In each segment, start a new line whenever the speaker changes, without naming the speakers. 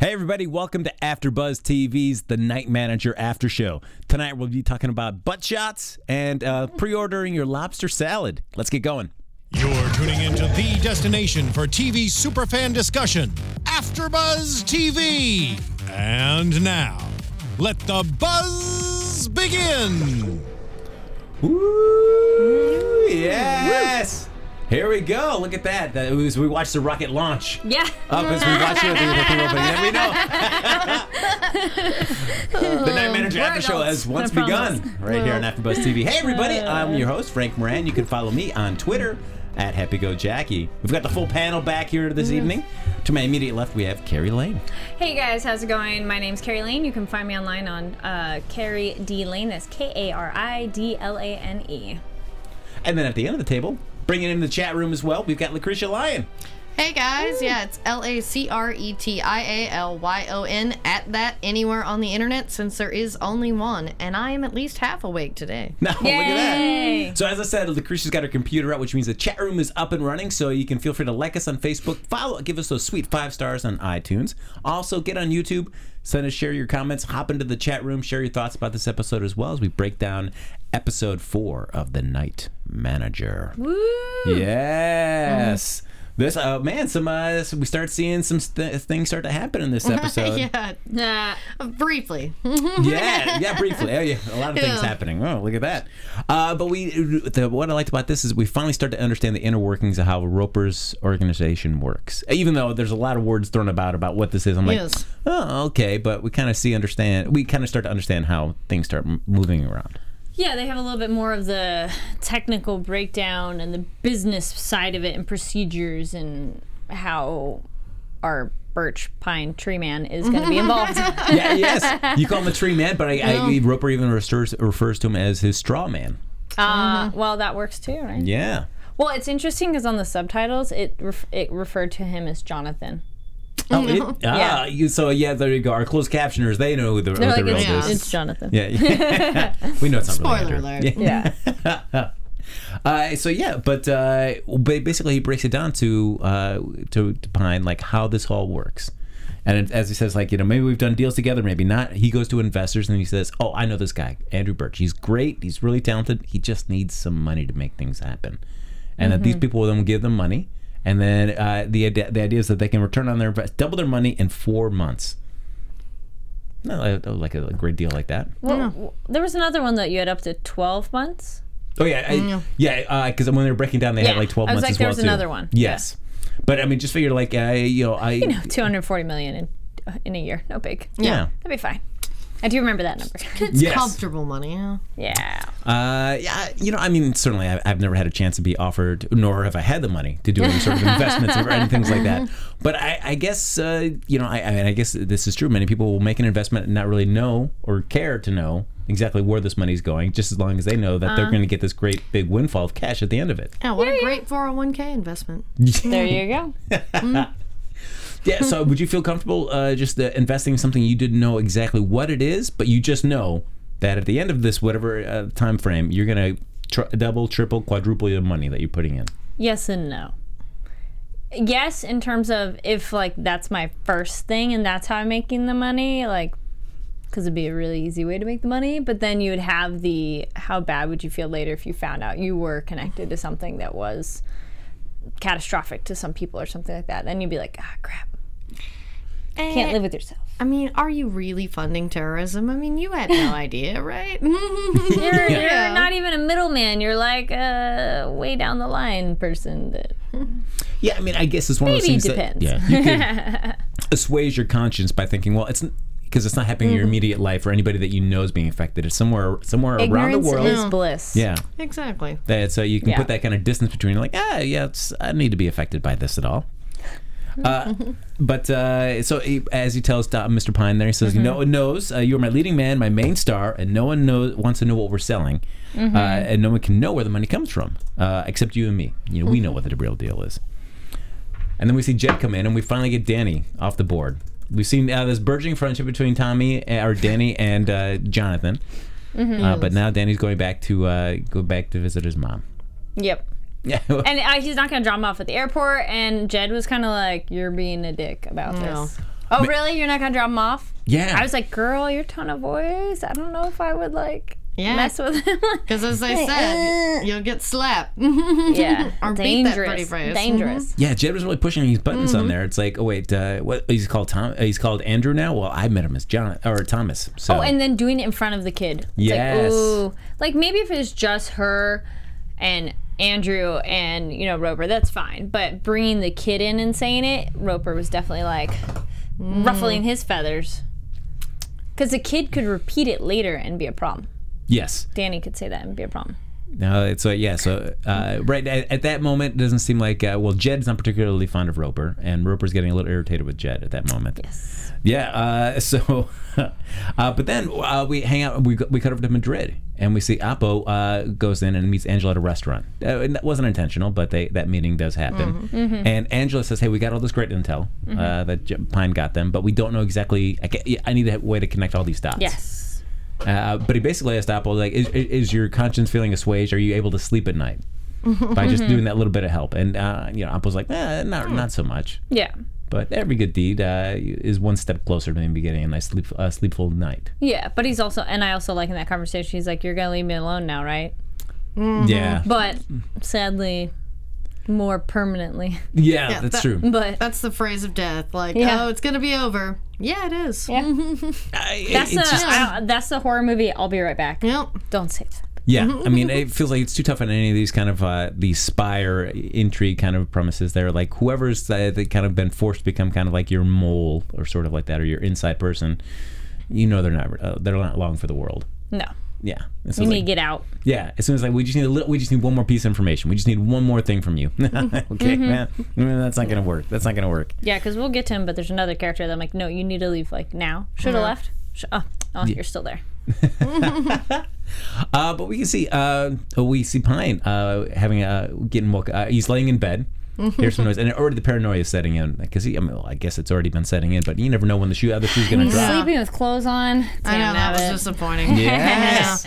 Hey everybody, welcome to AfterBuzz TV's The Night Manager After Show. Tonight we'll be talking about butt shots and uh, pre-ordering your lobster salad. Let's get going.
You're tuning into the destination for TV superfan discussion, AfterBuzz TV. And now, let the buzz begin.
Mm.
Ooh, yes! Here we go. Look at that. That was we watched the rocket launch.
Yeah.
Up as we watch it, the, the, people, but then we know the Night Manager
we're
After Show
adults,
has once
I promise.
begun right here on AfterBuzz TV. Hey everybody, I'm your host Frank Moran. You can follow me on Twitter at Happy Go Jackie. We've got the full panel back here this evening. To my immediate left, we have Carrie Lane.
Hey guys, how's it going? My name's Carrie Lane. You can find me online on uh, Carrie D Lane. That's K A R I D L A N E.
And then at the end of the table, bringing in the chat room as well, we've got Lucretia Lyon.
Hey guys, yeah, it's L A C R E T I A L Y O N at that anywhere on the internet since there is only one, and I am at least half awake today.
Now, look at
Yay.
that. So, as I said, Lucretia's got her computer out, which means the chat room is up and running. So, you can feel free to like us on Facebook, follow, give us those sweet five stars on iTunes. Also, get on YouTube, send us, share your comments, hop into the chat room, share your thoughts about this episode as well as we break down episode four of The Night Manager.
Woo! Mm-hmm.
Yes. This, uh, man, some, uh, we start seeing some st- things start to happen in this episode.
yeah,
Nah.
briefly.
yeah, yeah, briefly. Oh, yeah, a lot of things
Yeah.
happening. Oh, look at that. Uh, but we, the, what I liked about this is we finally start to understand the inner workings of how Roper's organization works. Even though there's a lot of words thrown about about what this is, I'm like,
Yes.
oh, okay. But we kind of see, understand. We kind of start to understand how things start m- moving around.
Yeah, they have a little bit more of the technical breakdown and the business side of it and procedures and how our birch pine tree man is going to be involved.
yeah, yes. You call him a tree man, but I, I believe Roper even refers refers to him as his straw man.
uh, well, that works too, right?
Yeah.
Well, it's interesting because on the subtitles, it ref- it referred to him as Jonathan.
Oh, it, ah,
Yeah.
you, so yeah, there you go. Our closed captioners, they know who the, who
They're
the
like,
Roper
it's,
is.
it's Jonathan.
Yeah, yeah. we know it's not really
Spoiler
Andrew.
alert.
Yeah.
yeah.
Uh, so yeah, but uh, ba- basically he breaks it down to uh, to, to Pine like how this all works. And it- as he says, like you know, maybe we've done deals together, maybe not. He goes to investors and he says, "Oh, I know this guy, Andrew Birch. He's great. He's really talented. He just needs some money to make things happen." And that
Mm-hmm.
these people will then give them money, and then uh, the ide- the idea is that they can return on their invest double their money in four months. No, I- I like a great deal like that.
Well, w- there was another one that you had up to 12 months.
Oh yeah, I, yeah. Because when they were breaking down, they had
Mm. Yeah.
like twelve
I
months
was like,
as
there
well
was
too.
another one.
Yes, but I mean, just figure like I, you know, I,
You know, 240 million in in a year. No big.
yeah,
That'd be fine. I do remember that number.
It's
Yes.
comfortable money. Yeah.
yeah.
uh, yeah. You know, I mean, certainly, I, I've never had a chance to be offered, nor have I had the money to do any sort of investments or anything like that. But I, I guess, uh, you know, I, I mean, I guess this is true. Many people will make an investment and not really know or care to know exactly where this money's going, just as long as they know that
Uh-huh.
they're going to get this great big windfall of cash at the end of it.
Yeah, what a great 401k investment.
There you go.
Yeah. So, would you feel comfortable uh, just uh, investing in something you didn't know exactly what it is, but you just know that at the end of this whatever uh, time frame, you're gonna tr- double, triple, quadruple your money that you're putting in.
Yes and no. Yes, in terms of if like that's my first thing and that's how I'm making the money, like because it'd be a really easy way to make the money. But then you would have the how bad would you feel later if you found out you were connected to something that was catastrophic to some people or something like that. Then you'd be like, ah, crap, can't live with yourself.
Eh, I mean, are you really funding terrorism? I mean, you had no idea, right?
You're,
Yeah.
you're not even a middleman. You're like a way down the line person. That
Yeah, I mean, I guess it's one of
Maybe
those things
it depends.
that yeah, you can assuage your conscience by thinking, well, it's because it's not happening
Mm-hmm.
in your immediate life or anybody that you know is being affected. It's somewhere somewhere around
ignorance
the world.
is bliss.
yeah,
exactly.
that so you can
Yeah.
put that kind of distance between, like, ah, yeah, it's, I don't need to be affected by this at all. Uh, but uh, so he, as he tells uh, Mr. Pine there, he says, "No one knows. Uh, you're my leading man, my main star, and no one knows wants to know what we're selling, uh, and no one can know where the money comes from uh, except you and me. You know, we know what the real deal is." And then we see Jed come in, and we finally get Danny off the board. We've seen uh, this burgeoning friendship between Tommy or Danny and uh, Jonathan, uh, but now Danny's going back to uh, go back to visit his mom.
Yep.
Yeah,
And uh, he's not going to drop him off at the airport. And Jed was kind of like, "You're being a dick about
No.
this." Oh, really? You're not gonna drop him off?
Yeah.
I was like, girl, your tone of voice. I don't know if I would like
Yeah.
mess with him.
Because as I said, you'll get slapped.
yeah,
Or beat that
dangerous,
pretty phrase.
dangerous.
Yeah, Jed was really pushing these buttons
Mm-hmm.
on there. It's like, oh wait, uh, what he's called Tom? uh, He's called Andrew now. Well, I met him as John or Thomas. So
Oh, and then doing it in front of the kid. It's
Yes.
Like, ooh. Like maybe if it's just her and Andrew and you know Roper, that's fine. But bringing the kid in and saying it, Roper was definitely like ruffling his feathers. Because the kid could repeat it later and be a problem.
yes,
Danny could say that and be a problem.
no, it's so yeah. So uh, right at, at that moment, it doesn't seem like uh, well, Jed's not particularly fond of Roper, and Roper's getting a little irritated with Jed at that moment. Yes. Yeah. Uh, so, uh, but then uh, we hang out. We go- we cut over to Madrid, and we see Apo uh, goes in and meets Angela at a restaurant. Uh, and that wasn't intentional, but they that meeting does happen. And Angela says, "Hey, we got all this great intel uh, that J- Pine got them, but we don't know exactly. I, ca- I need a way to connect all these dots."
Yes.
Uh, but he basically asked Apple, like, is, is is your conscience feeling assuaged? Are you able to sleep at night? By
Mm-hmm.
just doing that little bit of help. And, uh, you know, Apple's like, eh, not, not so much.
Yeah.
But every good deed uh, is one step closer to me getting a nice sleep, uh, sleepful night.
Yeah. But he's also, and I also like in that conversation, he's like, you're going to leave me alone now, right? Mm-hmm.
Yeah.
But sadly, more permanently.
yeah, that's
that-
true.
But
That's the phrase of death. Like,
Yeah.
oh, it's going to be over. Yeah, it is.
Yeah.
I-
that's
it's
a,
just-
I don't- that's a horror movie. I'll be right back.
Yep.
Don't say that.
yeah. I mean, it feels like it's too tough on any of these kind of uh, these spire intrigue kind of premises there. Like, whoever's uh, they kind of been forced to become kind of like your mole or sort of like that or your inside person, you know, they're not, uh, they're not long for the world.
No.
Yeah. It's
You
like-
need to get out.
Yeah, as soon as like we just need a little, we just need one more piece of information. We just need one more thing from you. okay,
Mm-hmm.
man, Mm, that's not gonna work. That's not gonna work.
Yeah, because we'll get to him, but there's another character that I'm like, no, you need to leave like now. Should have left. Sh- oh, oh you're still there.
Uh, but we can see, uh, we see Pine uh, having a getting woke. Uh, he's laying in bed. Here's some noise, and already the paranoia is setting in because he. I, mean, well, I guess it's already been setting in, but you never know when the shoe other shoe's gonna drop.
Sleeping with clothes on.
I know, that was disappointing.
Yes,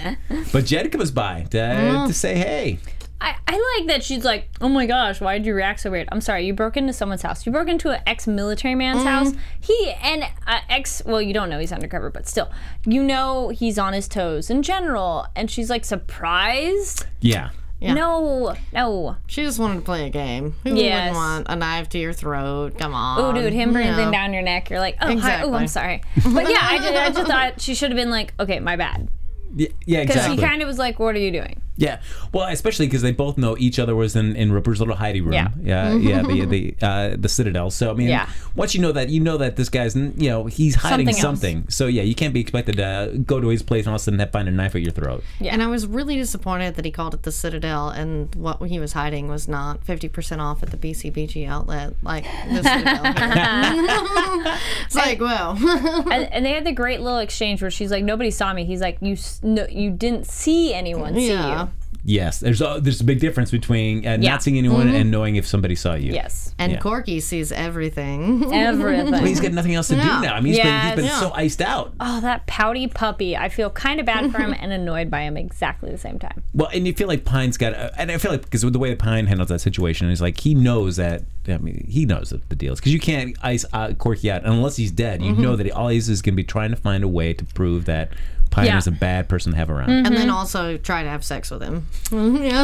but Jed comes by to,
Mm.
to say hey.
I, I like that she's like, oh my gosh, why did you react so weird? I'm sorry, you broke into someone's house. You broke into an ex-military man's house. He and uh, ex, well, you don't know he's undercover, but still, you know he's on his toes in general. And she's like surprised.
Yeah,
No, no.
She just wanted to play a game. Who
Yes.
wouldn't want a knife to your throat? Come on.
Oh, dude, him breathing
No.
down your neck. You're like, oh, hi. Oh,
Um, Exactly.
I'm sorry. But yeah, I just, I just thought she should have been like, okay, my bad.
yeah, yeah
Because
exactly.
she kind of was like, what are you doing?
Yeah, well, especially because they both know each other was in, in Roper's little hidey room.
Yeah.
yeah, yeah, the the uh, the Citadel. So I mean,
Yeah.
once you know that, you know that this guy's n- you know he's hiding
Something else.
something. So yeah, you can't be expected to go to his place and all of a sudden have- find a knife at your throat.
Yeah.
And I was really disappointed that he called it the Citadel, and what he was hiding was not 50% off at the BCBG outlet, like the Citadel. here. it's like, whoa.
and, and they had the great little exchange where she's like, nobody saw me. He's like, you s- no, you didn't see anyone see
yeah.
you.
Yes, there's a, there's a big difference between uh,
Yeah. Mm-hmm.
not seeing anyone and knowing if somebody saw you.
Yes.
And
Yeah.
Corky sees
Mm-hmm.
everything.
But
Everything.
he's got nothing else to do now. I mean, he's been, he's been
Yes.
so iced out.
Oh, that pouty puppy. I feel kind of bad for him and annoyed by him exactly the same time.
Well, and you feel like Pine's got, uh, and I feel like because the way that Pine handles that situation is like he knows that. I mean, he knows that the deal is because you can't ice uh, Corky out unless he's dead. You know that all he is is going to be trying to find a way to prove that Pine
Yeah. Mm-hmm.
is a bad person to have around.
and then also try to have sex with him. yeah.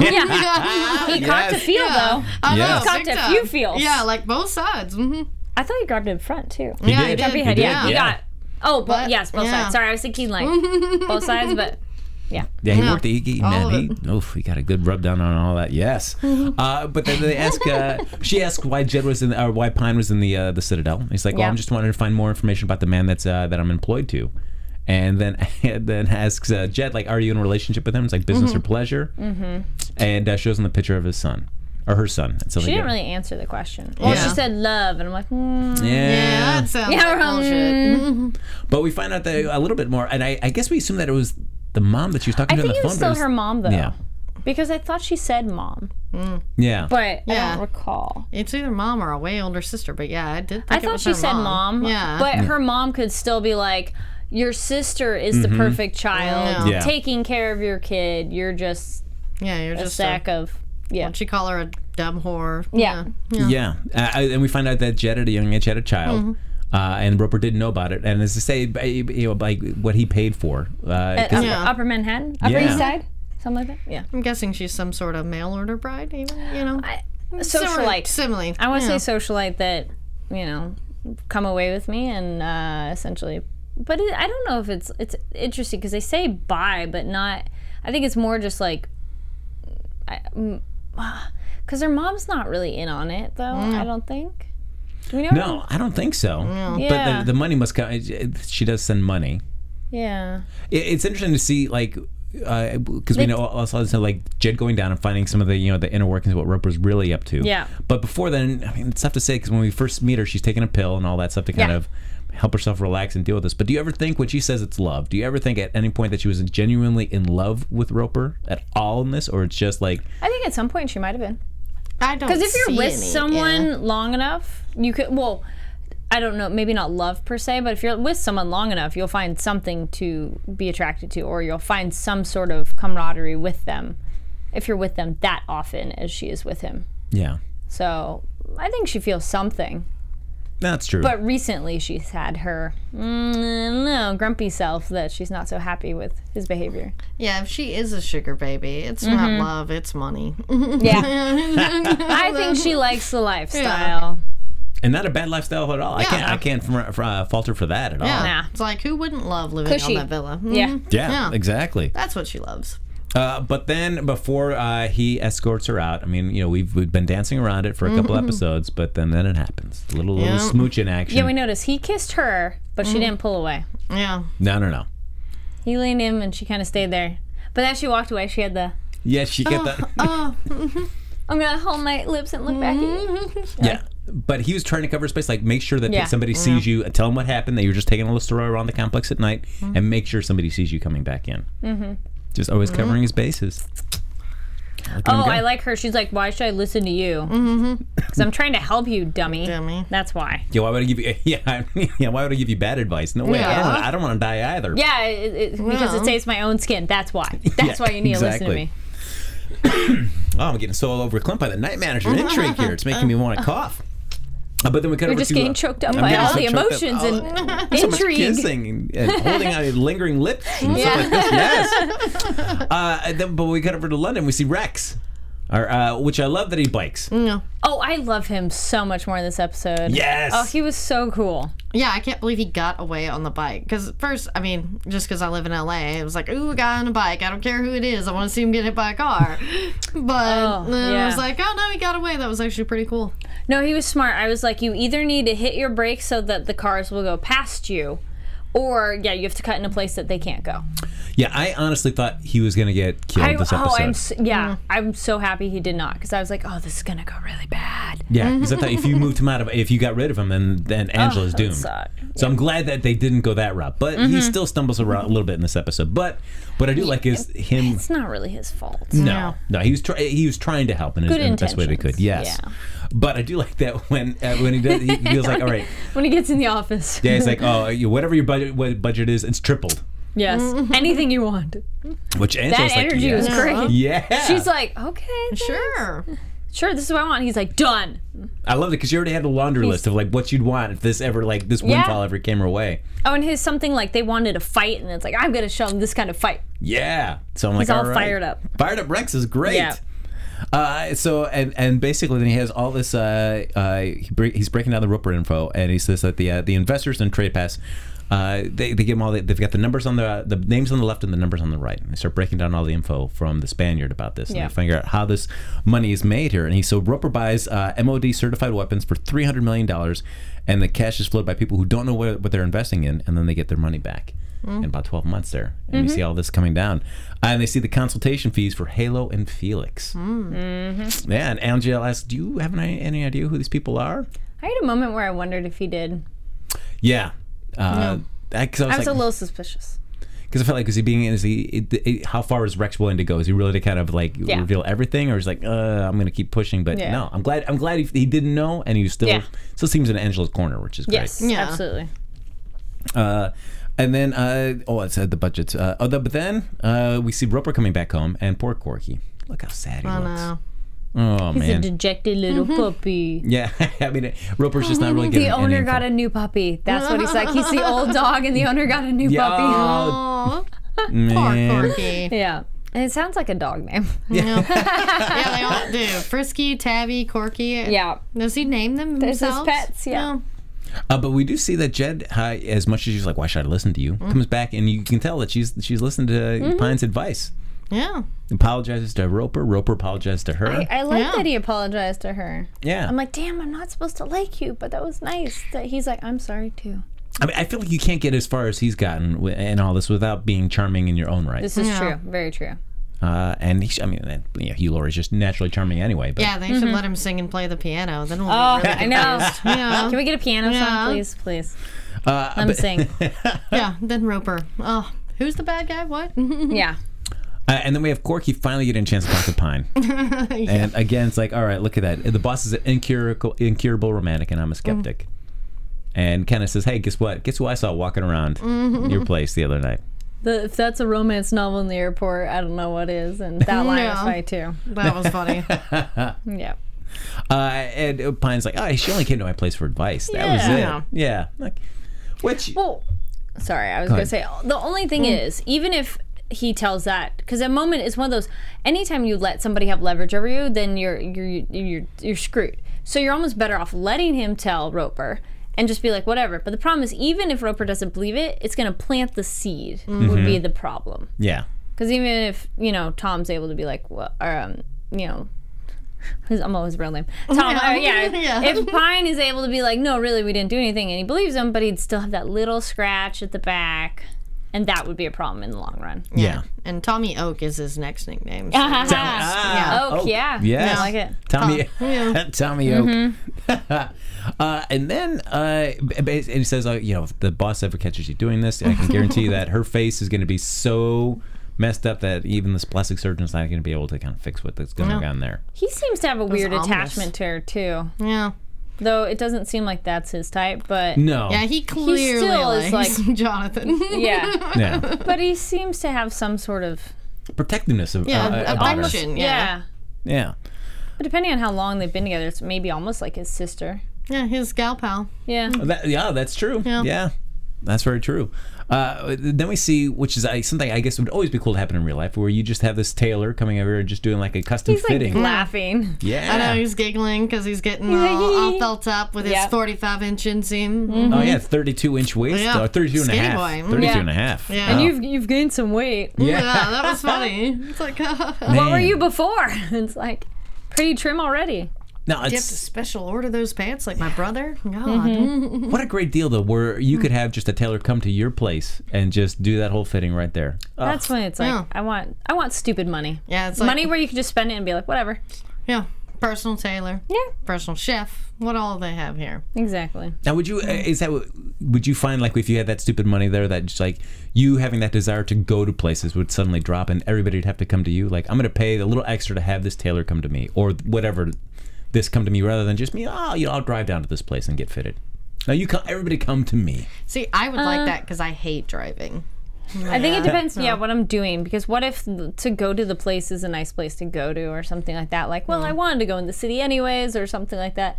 He caught to
Yes.
feel, though.
I
Yes.
know,
Cocked
big
a
time.
few feels.
Yeah, like both sides. hmm
I thought he grabbed it in front, too.
He
Yeah, he
did.
did.
He
Yeah,
did,
yeah,
Yeah.
you got. Oh, bo-
But-
yes, both
yeah.
sides. Sorry, I was thinking like both sides, but yeah.
Yeah, he worked. He, he,
all
man,
of
he, oof, he got a good rub down on all that. Yes,
Mm-hmm.
uh, but then they ask. Uh, she asked why Jed was in, or why Pine was in the uh, the Citadel. He's like, well,
Yeah.
I'm just wanting to find more information about the man that's uh, that I'm employed to. And then and then asks uh, Jed, like, are you in a relationship with him? It's like business or pleasure. Mm-hmm. And uh, shows him the picture of his son or her son. It's
She
something
didn't
good.
really answer the question. Well,
Yeah.
she said love, and I'm like, hmm.
Yeah,
Yeah.
that sounds
Yeah,
like
um,
bullshit.
But we find out that a little bit more, and I, I guess we assume that it was the mom that she was talking to
I
on
think
the
it
phone.
was
but
still her mom though.
Yeah.
Because I thought she said mom,
Yeah.
but I
Yeah.
don't recall.
It's either mom or a way older sister, but yeah, I did. Think
I
it
thought
was
she
her
said mom.
Yeah,
But her mom could still be like, Your sister is the perfect child,
Mm-hmm. Yeah. Yeah.
taking care of your kid. You're just
yeah, you're just
a sack of yeah.
She call her a dumb whore.
Yeah. Mm-hmm.
Yeah, Uh, I- and we find out that Jed at a young age had a child. uh, and Roper didn't know about it. And as I say, ba- you know, like what he paid for, uh,
At
'cause-
upper,
Yeah.
upper Manhattan, Upper
Yeah.
East Side, something like that. Yeah,
I'm guessing she's some sort of mail order bride, even you know.
I,
Similar-
socialite.
Simile.
I want to say socialite that you know come away with me and uh, essentially, but it, I don't know if it's it's interesting because they say bi, but not. I think it's more just like, because her mom's not really in on it though. I don't think. Do we know?
no, I don't think so. But
Yeah.
the, the money must come. She does send money.
Yeah.
It, it's interesting to see, like, because we know also also, like Jed going down and finding some of the you know the inner workings of what Roper's really up to.
Yeah.
But before then, I mean, it's tough to say because when we first meet her, she's taking a pill and all that stuff to kind
Yeah.
of help herself relax and deal with this. But do you ever think when she says it's love? Do you ever think at any point that she was genuinely in love with Roper at all in this, or it's just like
I think at some point she might have been.
I don't.
Because if you're
see
with
any,
someone
yeah.
long enough, you could. Well, I don't know. Maybe not love per se, but if you're with someone long enough, you'll find something to be attracted to, or you'll find some sort of camaraderie with them. If you're with them that often as she is with him,
yeah,
so I think she feels something.
that's true.
But recently, she's had her mm, no grumpy self that she's not so happy with his behavior.
yeah, if she is a sugar baby, it's not
Mm-hmm.
love, it's money.
Yeah, I think she likes the lifestyle.
and not a bad lifestyle at all. I
Yeah.
can't I can't fr- fr- uh, faulter for that at all.
Yeah,
Nah.
it's like who wouldn't love living
Cushy.
on that villa? Mhm.
Yeah.
Yeah,
Yeah.
exactly.
that's what she loves.
Uh, but then before uh, he escorts her out, I mean, you know, we've, we've been dancing around it for a couple episodes, but then then it happens. A little
Yeah.
little smooch in action.
Mm-hmm. Yeah, we noticed he kissed her, but
Mm.
she didn't pull away.
Yeah,
no, no, no.
He leaned in and she kind of stayed there. But then she walked away. She had the,
Yeah, she get that.
Oh, I'm going to hold my lips and look back at
Mm-hmm.
you.
yeah. But he was trying to cover his space, like make sure that
Yeah.
somebody sees you, tell him what happened, that you're just taking a little stroll around the complex at night,
Mm-hmm.
and make sure somebody sees you coming back in. Mm-hmm. Just always covering his bases. Let him
Oh,
go. Mm-hmm.
I like her. She's like, why should I listen to you? Because I'm trying to help you, dummy.
Dummy.
That's why.
Yeah, why would I give you? Yeah, I mean, yeah. Why would I give you bad advice? No way. I don't.
Yeah.
Wanna, I don't want to die either.
Yeah, it, it, because it
Yeah.
saves my own skin. That's why. That's why you need to listen to
exactly.
me.
Oh, I'm getting so overclumped by the night manager intrigue here. It's making me want to cough. Uh, but then we kind
Uh-huh. You're
of
just getting choked up by
getting
all
so
the
choked up.
emotions
Oh,
and
so much
intrigue.
kissing and, and holding out lingering lips and
Yeah.
stuff like this. Yes. uh, and then, but we cut over to London. We see Rex, our, uh, which I love that he bikes.
oh, I love him so much more in this episode.
Yes.
Oh, he was so cool.
yeah, I can't believe he got away on the bike. Because first, I mean, just because I live in LA, it was like, ooh, a guy on a bike. I don't care who it is. I want to see him get hit by a car. But
Oh,
then I
yeah.
was like, oh no, he got away. That was actually pretty cool.
No, he was smart. I was like, you either need to hit your brakes so that the cars will go past you, or yeah, you have to cut in a place that they can't go.
Yeah, I honestly thought he was going to get killed
I,
this episode.
oh, I'm s
Mm.
yeah, I'm so happy he did not because I was like, oh, this is gonna go really bad.
yeah, because I thought if you moved him out of, if you got rid of him, then then Angela's
Oh, that Mm-hmm. would
doomed.
suck.
So I'm glad that they didn't go that route, but he still stumbles around a little bit in this episode. But what I do like is him
It's not really his fault.
No, no, he was try- he was trying to help in, his,
Good
in the best way they
intentions,
could. Yes,
yeah.
but I do like that when uh, when he does, he feels like, all right,
When he gets in the office,
yeah, he's like, oh, you, whatever your budget what budget is, it's tripled.
yes,
Mm.
anything you want.
Which
That
Angela's like,
energy
yeah.
was great.
yeah,
She's like, okay, th-
Sure.
sure, this is what I want. He's like, done.
I love it because you already had a laundry list of like what you'd want if this ever like this
Yeah.
windfall ever came her way.
Oh, and his something like they wanted a fight, and it's like I'm gonna show him this kind of fight.
Yeah, so I'm like,
He's all
right.
fired up.
Fired up Rex is great.
Yeah.
Uh, so and and basically then he has all this uh, uh, he bre- he's breaking down the Roper info and he says that the uh, the investors in TradePass uh, they, they give him all the, they've got the numbers on the uh, the names on the left and the numbers on the right and they start breaking down all the info from the Spaniard about this and
Yeah.
they figure out how this money is made here and he so Roper buys uh, MOD certified weapons for three hundred million dollars and the cash is flowed by people who don't know what, what they're investing in and then they get their money back in about twelve months there and you see all this coming down and they see the consultation fees for Halo and Felix. Yeah, and Angela asks, "Do you have any, any idea who these people are?"
I had a moment where I wondered if he did.
Yeah, uh, I, 'cause I was,
I was
like,
a little suspicious.
because I felt like is he being is he it, it- how far is Rex willing to go? Is he really to kind of like
Yeah.
reveal everything, or is he like, uh, I'm going to keep pushing? But
Yeah.
no, I'm glad I'm glad he, he didn't know, and he was still
Yeah.
still seems in Angela's corner, which is great.
Yes,
Yeah.
absolutely.
Uh, and then uh, oh, it said the budgets. Uh, oh, the, but then uh, we see Roper coming back home, and poor Corky. Look how sad he
I
looks.
know.
Oh
He's a
man.
dejected little puppy.
yeah, I mean, Roper's just not really getting
The
any
owner
info.
got a new puppy. That's what he's like. He's the old dog, and the owner got a new
Yeah.
puppy.
Oh,
Aw, poor
man.
Corky.
Yeah. And it sounds like a dog name.
yeah, they all do. Frisky, Tabby, Corky.
Yeah.
Does he name them
There's his
himself?
pets, yeah.
Uh, but we do see that Jed, hi, as much as she's like, "Why should I listen to you?"
Mm.
comes back and you can tell that she's she's listened to
Mm-hmm.
Pine's advice.
Yeah.
Apologizes to Roper. Roper apologizes to her.
I, I like
Yeah.
that he apologized to her.
yeah.
I'm like, damn, I'm not supposed to like you, but that was nice. That he's like, I'm sorry too.
I mean, I feel like you can't get as far as he's gotten wi- and all this without being charming in your own right.
This is
Yeah.
true. Very true.
Uh, and he, I mean, and, you know, Hugh Laurie's just naturally charming anyway. But
Yeah, they should let him sing and play the piano. Then we'll
Mm-hmm. Oh,
be really
I know.
confused. Yeah.
Can we get a piano
Yeah.
song, please? Please.
uh,
I'm
but-
saying,
yeah, then Roper. Oh, who's the bad guy? What?
yeah.
Uh, and then we have Corky finally getting a chance to talk to Pine. And again, it's like, all right, look at that. The boss is an incurable, incurable romantic, and I'm a skeptic.
Mm-hmm.
And Kenneth says, hey, guess what? Guess who I saw walking around your place the other night?
The, if that's a romance novel in the airport, I don't know what is. And that line was
No.
funny too.
that was funny.
Yeah.
Uh, and uh, Pine's like, oh, she only came to my place for advice. That was it.
Yeah.
Yeah. Like, which,
Well, sorry, I was going to
ahead.
say the only thing is, even if he tells that, because a moment is one of those. Anytime you let somebody have leverage over you, then you're you're you're you're screwed. So you're almost better off letting him tell Roper and just be like whatever. But the problem is, even if Roper doesn't believe it, it's going to plant the seed. Would be the problem.
yeah.
Because even if you know Tom's able to be like, well, or, um, you know, his, I'm always real name. Tom,
Yeah.
uh, yeah, if-
Yeah.
If Pine is able to be like, no, really, we didn't do anything, and he believes him, but he'd still have that little scratch at the back, and that would be a problem in the long run.
Yeah.
And Tommy Oak is his next nickname. so-
Ah,
Oak, Oh, yeah.
Yes.
I like it.
Tommy,
Tom. Yeah.
Tommy Oak. uh, and then uh, b- b- and he says, uh, you know, if the boss ever catches you doing this, I can guarantee that her face is going to be so messed up that even this plastic surgeon's not going to be able to kind of fix what that's going
No.
on there.
He seems to have a weird
ominous.
attachment to her too,
yeah.
though it doesn't seem like that's his type. But
No.
Yeah, he clearly
still is
likes Jonathan.
yeah,
Yeah.
but he seems to have some sort of
Protectiveness of
Yeah,
uh, uh, honor.
affection.
yeah.
Yeah.
Yeah.
But depending on how long they've been together, it's maybe almost like his sister.
Yeah, his gal pal.
Yeah.
That, yeah, that's true.
Yeah.
Yeah. That's very true. Uh, then we see, which is uh, something I guess would always be cool to happen in real life, where you just have this tailor coming over and just doing like a custom
He's like
fitting.
laughing.
yeah.
I know he's giggling because he's getting all, all felt up with his
Yep.
45 inch inseam.
Mm-hmm.
Oh yeah, 32 inch waist
Yeah.
or 32 and a
Skinny
half.
boy.
32
Yeah.
and a half.
Yeah.
And
Oh.
you've you've gained some weight.
Yeah,
Yeah.
that was funny. It's like,
What were
Man.
you before? It's like pretty trim already.
No,
You have to
it's
special order those pants like my brother. God.
Mm-hmm.
what a great deal though where you could have just a tailor come to your place and just do that whole fitting right there. Uh,
That's when it's like
Yeah.
I want I want stupid money.
Yeah, it's like
money where you can just spend it and be like whatever.
Yeah, personal tailor.
Yeah.
Personal chef. What all they have here?
Exactly.
now would you uh, is that what- would you find like if you had that stupid money there that just like you having that desire to go to places would suddenly drop and everybody would have to come to you like I'm going to pay a little extra to have this tailor come to me or whatever this come to me rather than just me oh you know I'll drive down to this place and get fitted. Now you come everybody come to me.
See, I would
Uh.
like that because I hate driving.
I think it depends. Yeah, what I'm doing because what if to go to the place is a nice place to go to or something like that? Like, well, I wanted to go in the city anyways or something like that.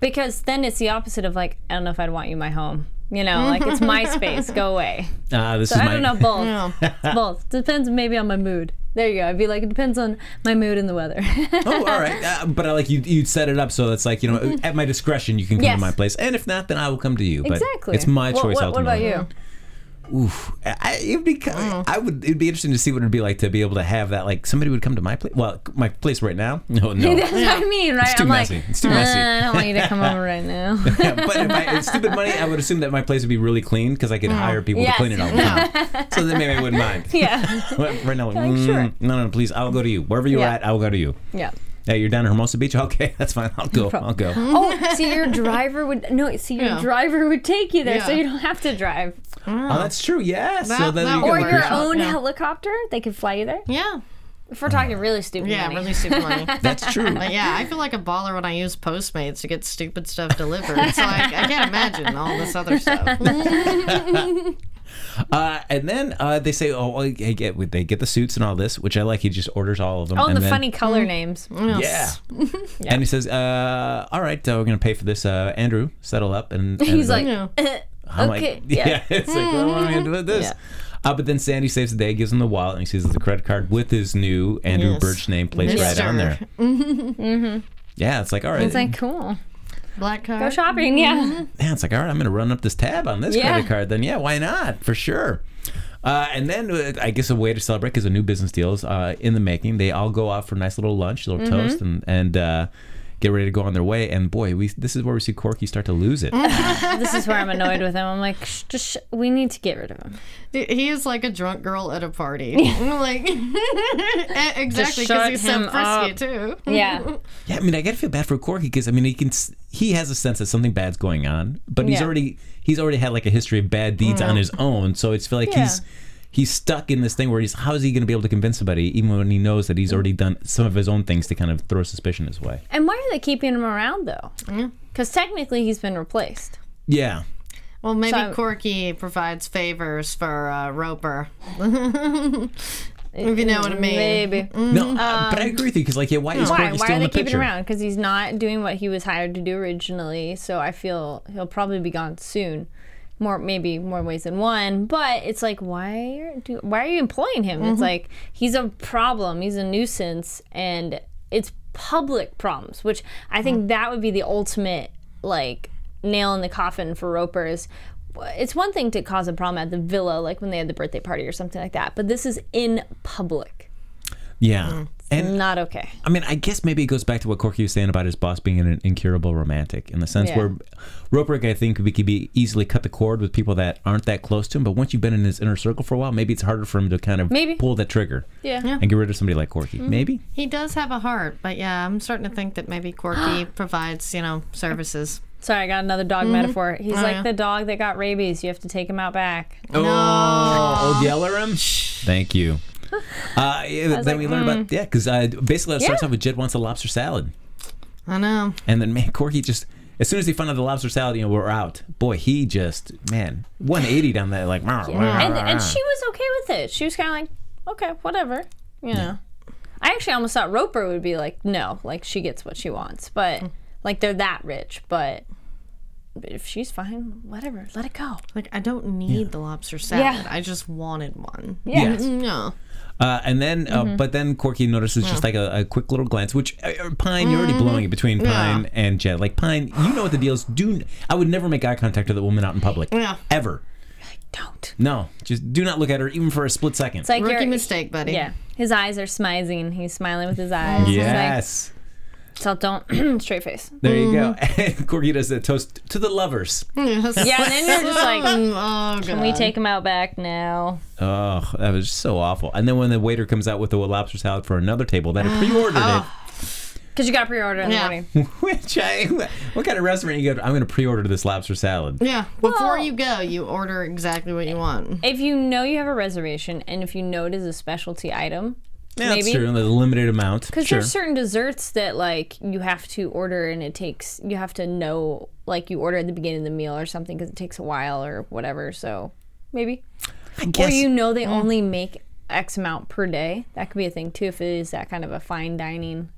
Because then it's the opposite of like I don't know if I'd want you in my home. You know, like it's my space. Go away.
Uh, this is
I
my
don't know both.
Yeah.
It's both. Depends maybe on my mood. There you go. I'd be like, it depends on my mood and the weather.
Oh, all right. Uh, but I like you. You set it up so it's like you know, at my discretion, you can come
Mm-hmm. Yes.
to my place, and if not, then I will come to you. But
exactly.
It's my
What-
choice.
What, what about
ultimately.
you?
Oof. I, it'd be. ki-
Mm.
I would. It'd be interesting to see what it'd be like to be able to have that. Like somebody would come to my place. Well, my place right now. No, no.
That's what I mean, right?
too
I'm
messy.
like,
It's too
"Uh,
messy."
I don't want you to come over right now.
Yeah, but if I had stupid money, I would assume that my place would be really clean because I could hire people
Mm. Yes.
to clean it all the time. so then maybe I wouldn't mind.
yeah.
But right now, like,
Like, sure.
mm, no, no, please, I'll go to you. Wherever you're
Yeah.
at, I'll go to you.
Yeah.
Yeah, you're down at Hermosa Beach. Okay, that's fine. I'll go. I'll go.
Oh, see, your driver would no. See, your
Mm-hmm. Yeah.
driver would take you there, so
Yeah.
you don't have to drive.
Oh, that's true. Yeah. so
That-
then
that
you
would
can
Or
Yeah.
work
your
it out.
own
Yeah.
helicopter, they could fly you there.
Yeah.
If
Mm-hmm.
we're talking really stupid
Yeah,
money.
really stupid money.
That's true.
But yeah, I feel like a baller when I use Postmates to get stupid stuff delivered. It's like I can't imagine all this other stuff.
Uh, and then uh, they say, oh, well, they get they get the suits and all this, which I like. He just orders all of them.
Oh,
and
the
then-
funny color
Mm-hmm.
names.
Yeah. And he says, uh, all right, uh, we're going to pay for this. Uh, Andrew, settle up. And, and
He's like,
Yeah.
I'm like,
okay,
yeah.
yeah.
It's like, well, what am I going to do with this?
Yeah.
Uh, but then Sandy saves the day, gives him the wallet, and he sees the credit card with his new Andrew
Yes.
Birch name placed right on there. Yeah, it's like, all right.
Mm-hmm. It's like, cool.
Black card.
Go shopping, yeah.
Mm-hmm.
yeah, it's like, all right, I'm going to run up this tab on this
Yeah.
credit card. Then, yeah, why not? For sure. Uh, and then uh, I guess a way to celebrate because a new business deal's uh, in the making. They all go out for a nice little lunch, little toast, and and uh, get ready to go on their way. And boy, we this is where we see Corky start to lose it.
this is where I'm annoyed with him. I'm like, shh, just sh- we need to get rid of him.
Dude, He is like a drunk girl at a party. like e, exactly because
shut
he's
him
so frisky
up.
too.
Yeah.
Yeah, I mean, I gotta feel bad for Corky because I mean, he can s- he has a sense that something bad's going on, but he's
Yeah. Mm-hmm.
already he's already had like a history of bad deeds on his own, so it's feel like he's he's stuck in this thing where he's how is he gonna be able to convince somebody even when he knows that he's already done some of his own things to kind of throw suspicion his way.
And why are they keeping him around though? Because technically he's been replaced.
Yeah,
Well, maybe
So-
Corky provides favors for uh, Roper. if you know what I mean.
Maybe.
no, uh, but I agree with you because like, yeah, why is
Mm-hmm. Um, hmm. Why?
Corky
Why
still
are
in
they
the
keeping
picture?
him around? Because he's not doing what he was hired to do originally. So I feel he'll probably be gone soon. More maybe more ways than one. But it's like why are do, why are you employing him?
Mm-hmm.
It's like he's a problem. He's a nuisance, and it's public problems. Which I think
Mm.
that would be the ultimate like nail in the coffin for Roper is it's one thing to cause a problem at the villa, like when they had the birthday party or something like that. But this is in public.
Yeah, and
Not okay.
I mean, I guess maybe it goes back to what Corky was saying about his boss being an incurable romantic, in the sense
Yeah.
where Roper, I think, we could be easily cut the cord with people that aren't that close to him. But once you've been in his inner circle for a while, maybe it's harder for him to kind of
Maybe.
pull that trigger
Yeah. Mm-hmm.
and get rid of somebody like Corky. Maybe.
He does have a heart, but yeah, I'm starting to think that maybe Corky provides, you know, services.
Sorry, I got another dog metaphor. He's like
yeah.
the dog that got rabies. You have to take him out back.
Oh, old yeller him. Thank you. Uh, yeah, then we learn about yeah, because uh, basically it starts
mm. Yeah.
off with Jed wants a lobster salad,
I know.
and then man, Corky just. As soon as he found out the lobster salad, you know, we're out. Boy, he just, man, 180 down there, like,
And and she was okay with it. She was kind of like, okay, whatever. You know. I actually almost thought Roper would be like, no, like she gets what she wants, but
Mm.
like they're that rich, but. But if she's fine, whatever, let it go.
Like I don't need the lobster salad.
Yeah.
I just wanted one.
Yes.
No.
Uh, and then, uh,
Mm-hmm.
but then Corky notices just like a, a quick little glance, which uh, uh, Pine, you're
Mm-hmm.
already blowing it between Pine and Jed. Like Pine, you know what the deal is. Do n- I would never make eye contact with a woman out in public,
Yeah.
ever.
Don't.
No, just do not look at her even for a split second.
It's like
Rookie
you're-
mistake, buddy.
Yeah, his eyes are smizing. He's smiling with his eyes. It's like,
yes,
so don't straight face.
there you go.
Mm-hmm.
And Corky does a toast to the lovers.
Yes.
Yeah, and then you're just like,
Oh god.
we take him out back now.
Oh, that was so awful. And then when the waiter comes out with the lobster salad for another table that had pre-ordered
Cause you got pre-order in the
Yeah.
morning.
it, which I, what kind of restaurant you go? to? I'm going to pre-order this lobster salad.
Yeah. Before
Well-
you go, you order exactly what you want.
If you know you have a reservation and if you know it is a specialty item,
Yeah,
maybe
that's true. The limited amount.
because
sure.
there's certain desserts that like you have to order and it takes you have to know like you order at the beginning of the meal or something because it takes a while or whatever. So maybe
I guess.
or you know
Mm.
they only make X amount per day. That could be a thing too if it is that kind of a fine dining.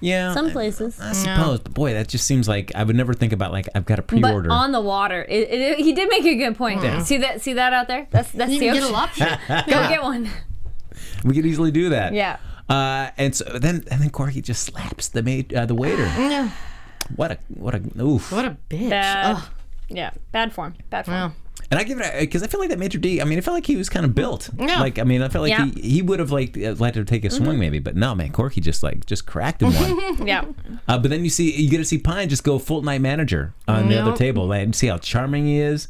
yeah.
Some places.
I suppose, but boy, that just seems like I would never think about like I've got to
But
pre-order.
on the water, it, it, he did make a good point. See that? See that out there? That's that's
You
the
can get a
ocean.
lobster.
Go get one.
we could easily do that.
Yeah.
Uh, and so then, and then Corky just slaps the maid, uh, the waiter.
Yeah.
What a what a oof!
what a bitch.
Bad.
Ugh.
Yeah. Bad form. Bad form.
Yeah.
And I give it because I feel like that Major D. I mean, it felt like he was kind of built.
Yeah.
Like I mean, I felt like
Yeah.
he, he would have like uh, liked to take a swing maybe, but no, man, Corky just like just cracked him one.
Yeah.
uh, but then you see you get to see Pine just go full night manager on the other
Yep.
table and see how charming he is.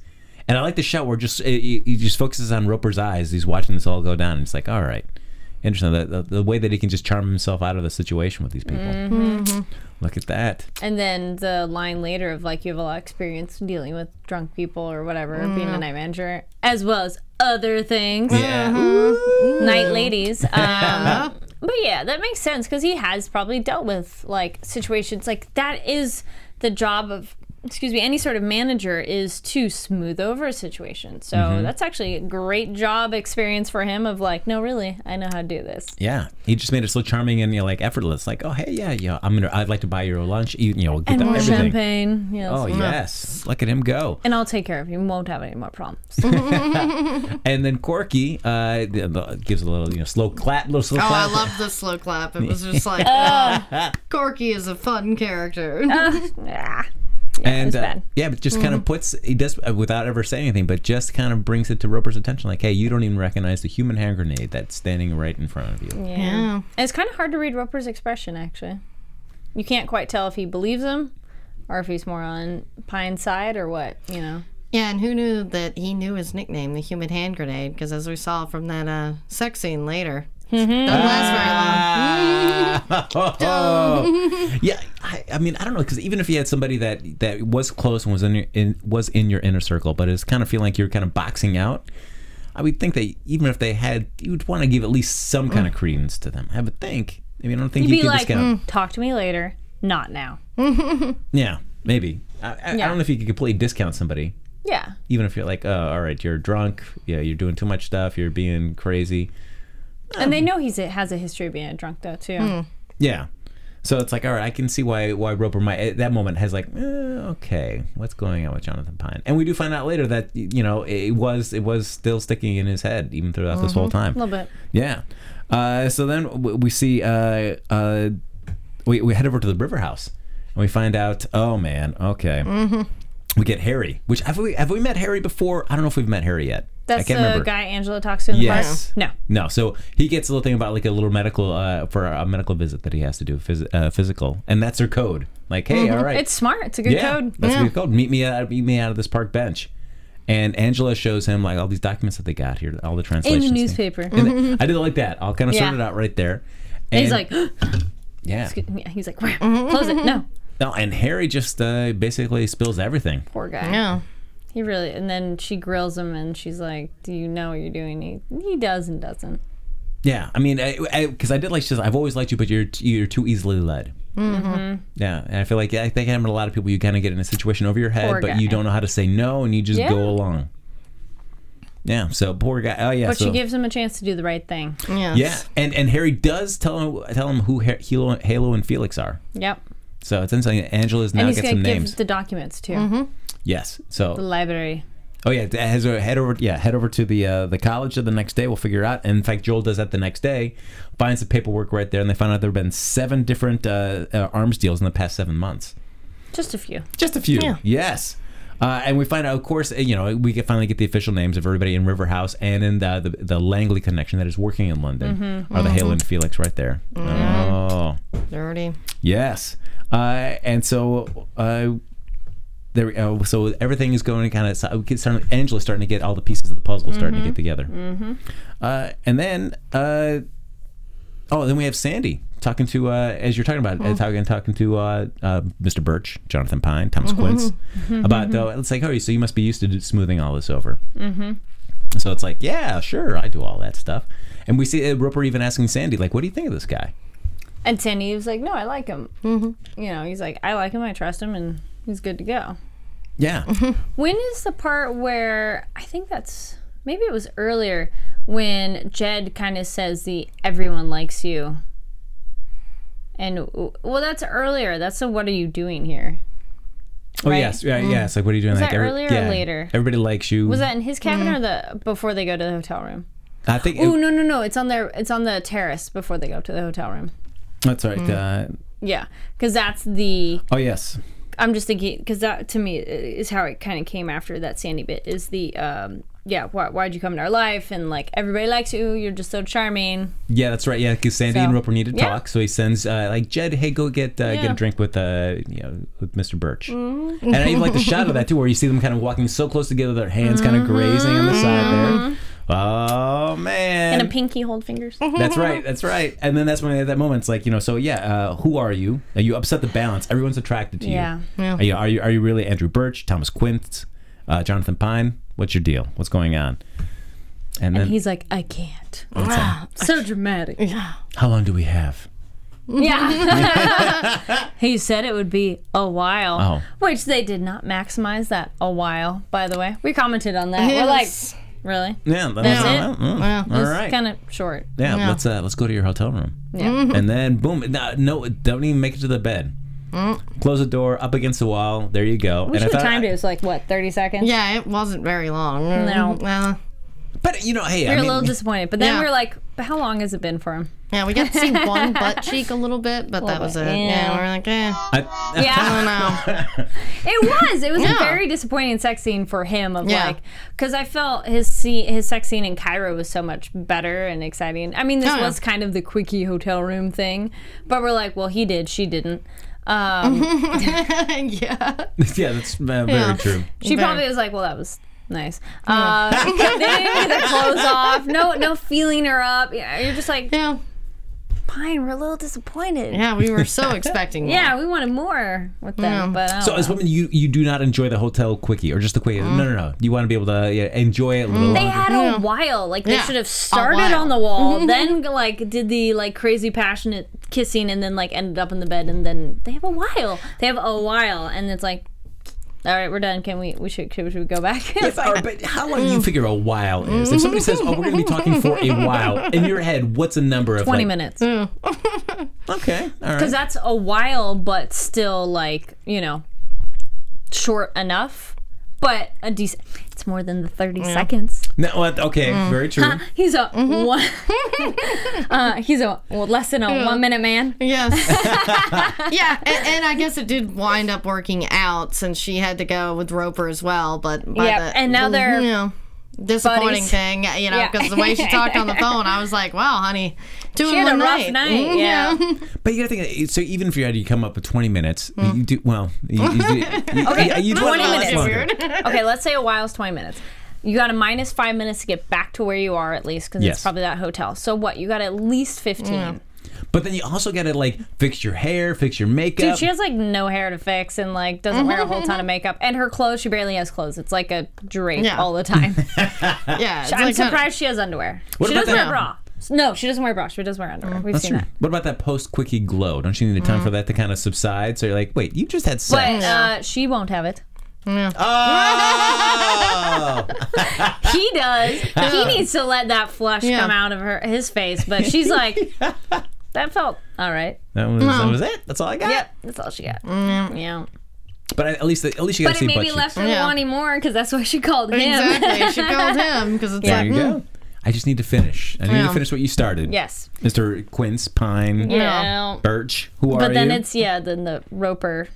And I like the shot where just it, he he just focuses on Roper's eyes. He's watching this all go down. And it's like, all right, interesting. The, the, the way that he can just charm himself out of the situation with these people. Look at that.
And then the line later of like you have a lot of experience dealing with drunk people or whatever, being a night manager, as well as other things,
Mm-hmm. Yeah. Uh-huh.
night ladies. Um, but yeah, that makes sense because he has probably dealt with like situations like that is the job of excuse me, any sort of manager is to smooth over a situation. So
Mm-hmm.
that's actually a great job experience for him of like, no, really, I know how to do this.
Yeah, he just made it so charming and you know, like effortless. Like, oh hey, yeah, yeah, I'm gonna, I'd like to buy your lunch. You, you know, we'll get
And
that,
more
everything.
champagne. Yes.
Oh yes, look at him go.
And I'll take care of you. You won't have any more problems.
Mm-hmm. And then Corky uh, th- th- gives a little, you know, slow clap, little slow
Oh, I
clap.
love the slow clap. It was just like,
Um,
oh, Corky is a fun character.
Ah.
and
it's
uh,
bad. Mm-hmm.
yeah, but just kind of puts he does uh, without ever saying anything, but just kind of brings it to Roper's attention. Like, hey, you don't even recognize the human hand grenade that's standing right in front of you.
Yeah.
Yeah.
And it's kind of hard to read Roper's expression, actually. You can't quite tell if he believes him or if he's more on Pine's side or what, you know.
Yeah, and who knew that he knew his nickname, the human hand grenade? Because as we saw from that uh, sex scene later,
Mm-hmm.
doesn't last
Ah. Yeah, I, I mean, I don't know because even if you had somebody that that was close and was in, your, in was in your inner circle, but it's kind of feeling like you're kind of boxing out. I would think that even if they had, you'd want to give at least some kind of credence to them. I would think. I mean, I don't think you
He'd Mm. be
can
like,
just kind of
"Mm, talk to me later, not now.
yeah, maybe. I, I, I
Yeah.
don't know if you could completely discount somebody,
Yeah.
even if you're like, oh, all right, you're drunk, yeah, you're doing too much stuff, you're being crazy,
And
Um.
they know he's has a history of being a drunk, though, too.
yeah. So it's like, all right, I can see why why Roper might at that moment has like, eh, okay, what's going on with Jonathan Pine? And we do find out later that y- you know it was it was still sticking in his head even throughout this whole time.
A Mm-hmm. little bit.
Yeah. Uh, so then w- we see uh, uh, we we head over to the River House and we find out. Oh man, okay.
Mm-hmm.
We get Harry, which have we have we met Harry before? I don't know if we've met Harry yet. I
That's the
can't remember.
guy Angela talks to in
Yes.
the park?
No. So he gets a little thing about like a little medical uh, for a medical visit that he has to do phys- uh, physical, and that's their code. Like, hey, all right,
No. Mm-hmm. It's smart. It's a good
yeah,
code.
that's their code. Meet me out, meet me out of this park bench. And Angela shows him like all these documents that they got here, all the
In
translations.
the
thing.
newspaper.
And
Mm-hmm.
then- I did it like that. I'll kind of
Yeah.
sort it out right there.
And he's
And-
like,
yeah.
yeah, he's like, "Wow, close it. No.
No, and Harry just uh, basically spills everything.
Poor guy.
very long.
He really, and then she grills him and she's like, Do you know what you're doing? He, he does and doesn't.
Yeah, I mean, because I, because I did like she says, I've always liked you, but you're you're too easily led. Mm-hmm. Yeah, and I feel like I think happened to a lot of people. You kind of get in a situation over your head,
Poor
but
guy.
you don't know how to say no, and you just
Yeah.
go along. Yeah, so poor guy. Oh yeah,
But
so-
she gives him a chance to do the right thing.
Yeah. Yes.
Yeah, and and Harry does tell him tell him who Har- Halo, Halo and Felix are.
Yep.
So it's interesting. Angela's now
and he's
got
going
some
to give
names.
the documents too.
yes. So
The library.
Oh yeah, has a head over. Yeah, head over to the uh, the college the next day. We'll figure it out. And in fact, Joel does that the next day. Finds the paperwork right there, and they find out there have been seven different uh, uh, arms deals in the past seven months.
Just a few.
Just a few.
Yeah.
Yes. Uh, and we find out, of course, you know, we get finally get the official names of everybody in River House and in the the, the Langley connection that is working in London are the Hale and Felix right there. Oh.
Dirty.
Yes. Uh, and so uh, there we go. So everything is going kind of. Get starting, Angela's starting to get all the pieces of the puzzle starting to get together. Uh, and then, uh, oh, then we have Sandy talking to uh, as you're talking about uh, talking talking to uh, uh, Mr. Birch, Jonathan Pine, Thomas Quince about. Uh, it's like, oh, so you must be used to d- smoothing all this over. So it's like, yeah, sure, I do all that stuff. And we see uh, Roper even asking Sandy, like, what do you think of this guy?
And Sandy was like, No, I like him. You know, he's like, I like him. I trust him, and he's good to go.
Yeah.
When is the part where I think that's maybe it was earlier when Jed kind of says the everyone likes you. And well, that's earlier. That's the what are you doing here?
Oh
right? Mm.
yes, yeah, yes. Like, what are you doing? like
that earlier or later?
Everybody likes you.
Was that in his cabin or the before they go to the hotel room?
I think.
Oh
it-
no no no! It's on their it's on the terrace before they go to the hotel room.
That's right.
Mm.
Uh,
Yeah, because that's the
oh yes.
I'm just thinking because that to me is how it kind of came after that Sandy bit is the um yeah why why'd you come to our life and like everybody likes you you're just so charming
Yeah, that's right. Yeah, because Sandy and
So-
Roper need to
Yeah.
talk, so he sends uh, like Jed, hey, go get uh, get a
Yeah. Mm.
drink with uh, you know with Mr. Birch. And I even like the shot of that too, where you see them kind of walking so close together, their hands kind of
Mm-hmm.
grazing on the side there. Oh man.
and Mm-hmm. a pinky hold fingers.
That's right. That's right. And then that's when they had that moment. It's like you know. So yeah, uh, who are you? Uh, you upset the balance. Everyone's attracted to
Yeah.
you. Are you. Are you are you really Andrew Birch, Thomas Quince, uh, Jonathan Pine? What's your deal? What's going on? And, then
Ah,
He's like I can't. so dramatic.
how long do we have?
Yeah. he said it would be a while,
Oh.
which they did not maximize that a while, by the way. We commented on that. We're like,
Yes.
really?
Yeah, that's
That's
mm, all right.
Kind of short.
yeah, let's uh, let's go to your hotel room.
Mm-hmm.
And then boom, no, no, don't even make it to the bed. Close the door up against the wall. There you go.
We
and
should have
thought-
timed it. It was like, what, 30 seconds?
Yeah, it wasn't very long.
No.
Well,
But you know, hey, I
We were
mean,
a little disappointed, but then
Yeah.
we were like, but how long has it been for him?
yeah, we got to see one butt cheek a little bit, but that was it.
bit,
Yeah.
yeah.
we're like, eh,
I-
Yeah.
I don't know.
It was. It was
uh, Yeah.
a very disappointing sex scene for him. Of
Yeah.
like, because I felt his scene, his sex scene in Cairo was so much better and exciting. I mean, this
Oh, yeah.
was kind of the quickie hotel room thing, but we're like, well, he did, she didn't.
Mm-hmm.
Um,
yeah.
yeah, that's uh, very true.
she
Fair.
probably was like, well, that was nice. Uh, they didn't get their clothes off. No, no feeling her up. Yeah, You're just like,
Yeah.
fine. We're a little disappointed. Yeah,
Yeah, we were so expecting more.
we wanted more with them, but I don't
So
know.
as women, you you do not enjoy the hotel quickie or just the quickie. No, no, no. You want to be able to yeah, enjoy it a little
Mm. They
longer.
had a while. Like they
Yeah,
should have
a
started
while.
on the wall, then like did the like crazy passionate kissing, and then like ended up in the bed, and then they have a while. They have a while, and it's like, all right, we're done. Can we? We should. Should, should we go back? It's like,
Or, but how long do you figure a while is? If somebody says, "Oh, we're going to be talking for a while," in your head, what's a number of
Twenty
like-
minutes,
Mm.
uh, because
Okay, all right.
that's a while, but still like you know, short enough, but a decent. It's more than the thirty seconds.
No, what- okay,
Mm.
very true.
He's a
Mm-hmm.
one. uh, he's a well, less than a one minute man.
Yes. yeah, and, and I guess it did wind up working out since she had to go with Roper as well. But by
Yep,
the,
and now they're
you know, disappointing
buddies.
thing, you know,
Yeah.
because the way she talked on the phone, I was like, wow, honey, two
She
in
had a
one Mm-hmm.
rough night. Yeah.
But you got to think. So even if you had to come up with twenty minutes, you do well. You, you do, you, okay, you, do it
20
less
Mm. minutes.
longer.
okay, let's say a while's 20 minutes. You got a minus five minutes to get back to where you are at least because
Yes.
it's probably that hotel. So what? You got at least 15.
Mm.
But then you also got to like fix your hair, fix your makeup.
Dude, she has like no hair to fix and like doesn't
Mm-hmm,
wear a whole ton of makeup. And her clothes, she barely has clothes. It's like a drape
Yeah.
all the time.
Yeah. it's
I'm
like,
surprised she has underwear.
What
she
about
doesn't wear
that- Mm.
a bra. No, she doesn't wear a bra. She does wear underwear. We've seen that. Mm.
What about that post quickie glow? Don't you need a time for that to kind of subside? So you're like, wait, you just had
But
sex. Ah!
uh, she won't have it.
oh!
He does. He needs to let that flush
Yeah.
come out of her his face. But she's like, that felt all right.
that, was, that was it. That's all I got.
Yep, that's all she got.
Mm,
Yeah.
But at least at least you got
But
to
it
see butt
maybe
cheeks.
left her
Yeah.
wanting more because that's why she called him.
Exactly. She called him because it's
There
like,
you
mm,
go. I just need to finish. I need to
Yeah.
finish what you started.
yes.
Mr. Quince Pine
Yeah.
Birch. Who are
But then
you?
it's yeah. Then the Roper.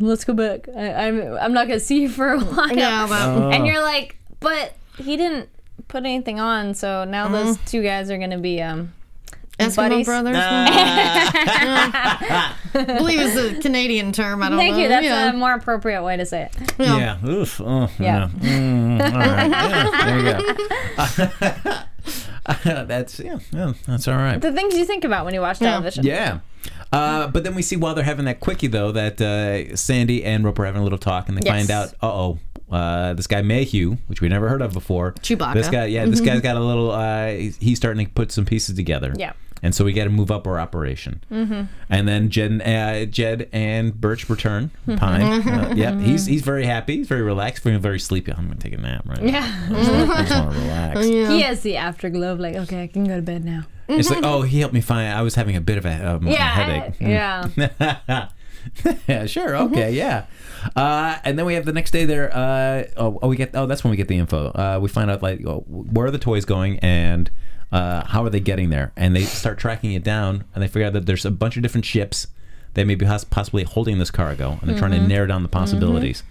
Let's go back. I, I'm I'm not gonna see you for a while.
yeah, but
Oh.
And you're like, but he didn't put anything on, so now those two guys are gonna be um.
Eskimo
buddies.
Brothers. I believe it's a Canadian term. I don't
Thank
know.
you. That's
Oh,
um,
yeah.
a more appropriate way to say it.
yeah. Oof. Oh,
Yeah.
no. Mm, all right. Yeah, there you go. that's yeah, yeah. That's all right.
The things you think about when you watch television.
Yeah. Uh, but then we see while they're having that quickie though that uh, Sandy and Roper are having a little talk and they
Yes.
find out, uh oh, uh, this guy Mayhew, which we never heard of before.
Chewbacca.
This guy, yeah,
Mm-hmm.
this guy's got a little. Uh, he's, he's starting to put some pieces together.
Yeah.
And so we got to move up our operation. Mm-hmm. And then Jed, uh, Jed and Birch return.
Mm-hmm.
Pine. Uh, yeah, he's he's very happy. He's very relaxed. Feeling very sleepy. I'm gonna take a nap right now.
Yeah.
I just wanna- I just want to relax.
He has the afterglow of like, okay, I can go to bed now.
It's like, oh, he helped me find. I was having a bit of a, um,
Mm-hmm. Yeah.
headache.
I- yeah.
yeah, sure. Okay, yeah. Uh, and then we have the next day there. Uh, oh, oh, we get. Oh, that's when we get the info. Uh, we find out like oh, where are the toys going and uh, how are they getting there, and they start tracking it down, and they figure out that there's a bunch of different ships that may be hos- possibly holding this cargo, and they're trying to narrow down the possibilities.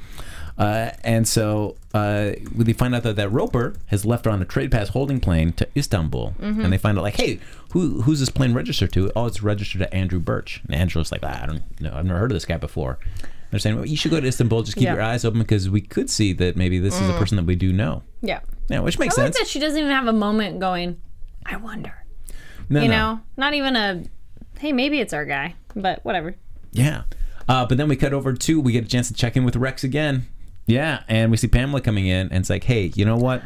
Uh, and so uh, they find out that, that Roper has left her on a trade pass holding plane to Istanbul.
Mm-hmm.
And they find out, like, hey, who, who's this plane registered to? Oh, it's registered to Andrew Birch. And Andrew's like, ah, I don't know. I've never heard of this guy before. And They're saying, well, you should go to Istanbul. Just keep
Yeah.
your eyes open because we could see that maybe this is a person that we do know.
Yeah.
Yeah, which
I
makes
like
sense.
that she doesn't even have a moment going, I wonder.
No,
You
no.
know, not even a, hey, maybe it's our guy, but whatever.
Yeah. Uh, but then we cut over to, we get a chance to check in with Rex again. Yeah. And we see Pamela coming in and it's like, hey, you know what?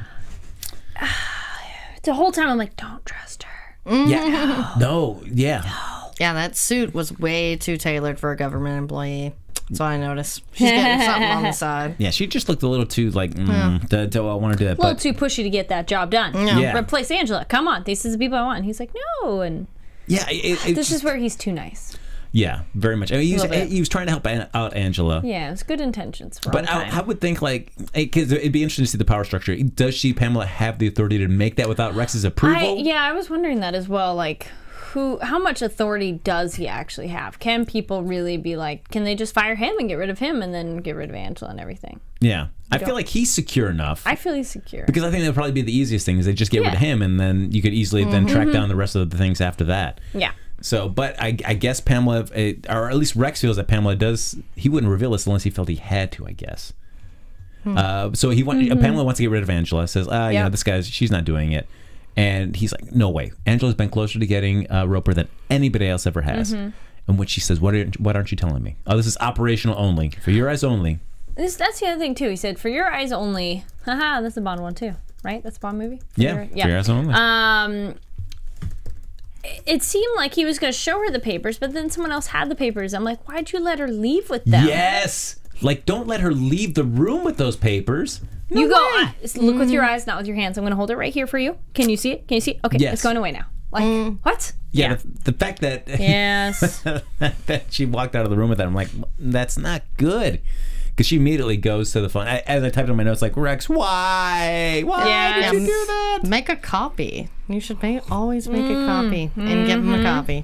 The whole time I'm like, don't trust her.
Yeah. No. Yeah.
Yeah, that suit was way too tailored for a government employee. That's all I noticed. She's getting something on the side.
Yeah, she just looked a little too like, mm, do, do I want to do that?
a little
But
too pushy to get that job done.
Yeah.
Replace Angela. Come on, these is the people I want. He's like, no, and
yeah, it, it,
this is where he's too nice.
yeah, very much. I mean, he, was,
Little bit.
he was trying to help An- out Angela.
Yeah, it's good intentions. For all
But I,
time.
I would think like because it'd be interesting to see the power structure. Does she Pamela have the authority to make that without Rex's approval?
I, yeah, I was wondering that as well. Like, who, how much authority does he actually have? Can people really be like, can they just fire him and get rid of him and then get rid of Angela and everything?
Yeah. I feel like he's secure enough
I feel he's secure.
because I think that'd probably be the easiest thing is they just get rid of
Yeah. Mm-hmm.
him and then you could easily then track down the rest of the things after that.
yeah.
So, but I, I guess Pamela, eh, or at least Rex feels that Pamela does. He wouldn't reveal this unless he felt he had to. I guess. Uh, so he want, Pamela wants to get rid of Angela. Says, ah, you
Hmm. Mm-hmm. Yeah.
know, this guy's she's not doing it, and he's like, no way. Angela's been closer to getting uh, Roper than anybody else ever has.
Mm-hmm.
And what she says, what are, what aren't you telling me? Oh, this is operational only for your eyes only.
This, that's the other thing, too. He said, for your eyes only. Haha, that's a Bond one, too. Right? That's a Bond movie? For
Yeah,
your-
for your eyes only.
Um, it seemed like he was going to show her the papers, but then someone else had the papers. I'm like, why'd you let her leave with them?
yes, like don't let her leave the room with those papers.
you go. I, s- look with your eyes, not with your hands. I'm going to hold it right here for you. Can you see it? Can you see? It? Okay,
Yes.
it's going away now. Like what?
Yeah, The, the fact that
Yes.
that she walked out of the room with that. I'm like, that's not good. Because she immediately goes to the phone. I, as I typed in my notes, like, Rex, why? Why
Yes.
did you do that?
Make a copy. You should make, always make
Mm-hmm.
a copy and give them a copy.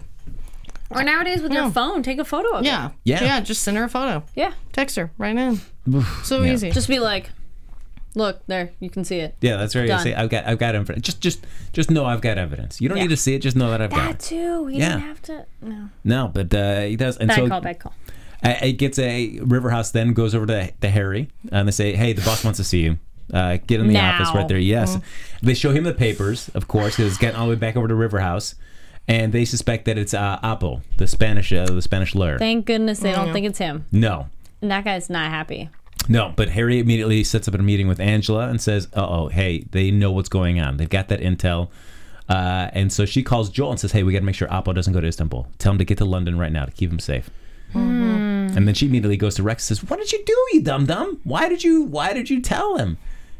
or nowadays with your phone, take a photo of it.
Yeah.
Yeah.
Yeah, just send her a photo.
Yeah.
Text her right now. so easy.
Just be like, look there. You can see it.
Yeah, that's very
Done.
easy. I've got, I've got evidence. Just, just, just know I've got evidence. You don't
Yeah.
need to see it. Just know that I've got
That
it.
too. He
Yeah.
didn't have to. No.
No, but uh, he does. And
Bad
so
call. Bad call.
I- it gets a Riverhouse. Then goes over to, to Harry and they say, "Hey, the boss wants to see you. Uh, get in the
Now. Mm-hmm.
office right there." Yes, they show him the papers, of course, because it's getting all the way back over to Riverhouse, and they suspect that it's uh, Apple, the Spanish, uh, the Spanish lawyer.
Thank goodness they don't think it's him.
no,
And that guy's not happy.
No, but Harry immediately sets up a meeting with Angela and says, "Uh oh, hey, they know what's going on. They've got that intel." Uh, and so she calls Joel and says, "Hey, we got to make sure Apo doesn't go to Istanbul. Tell him to get to London right now to keep him safe." And then she immediately goes to Rex and says, "What did you do, you dum dum? Why did you? Why did you tell him?"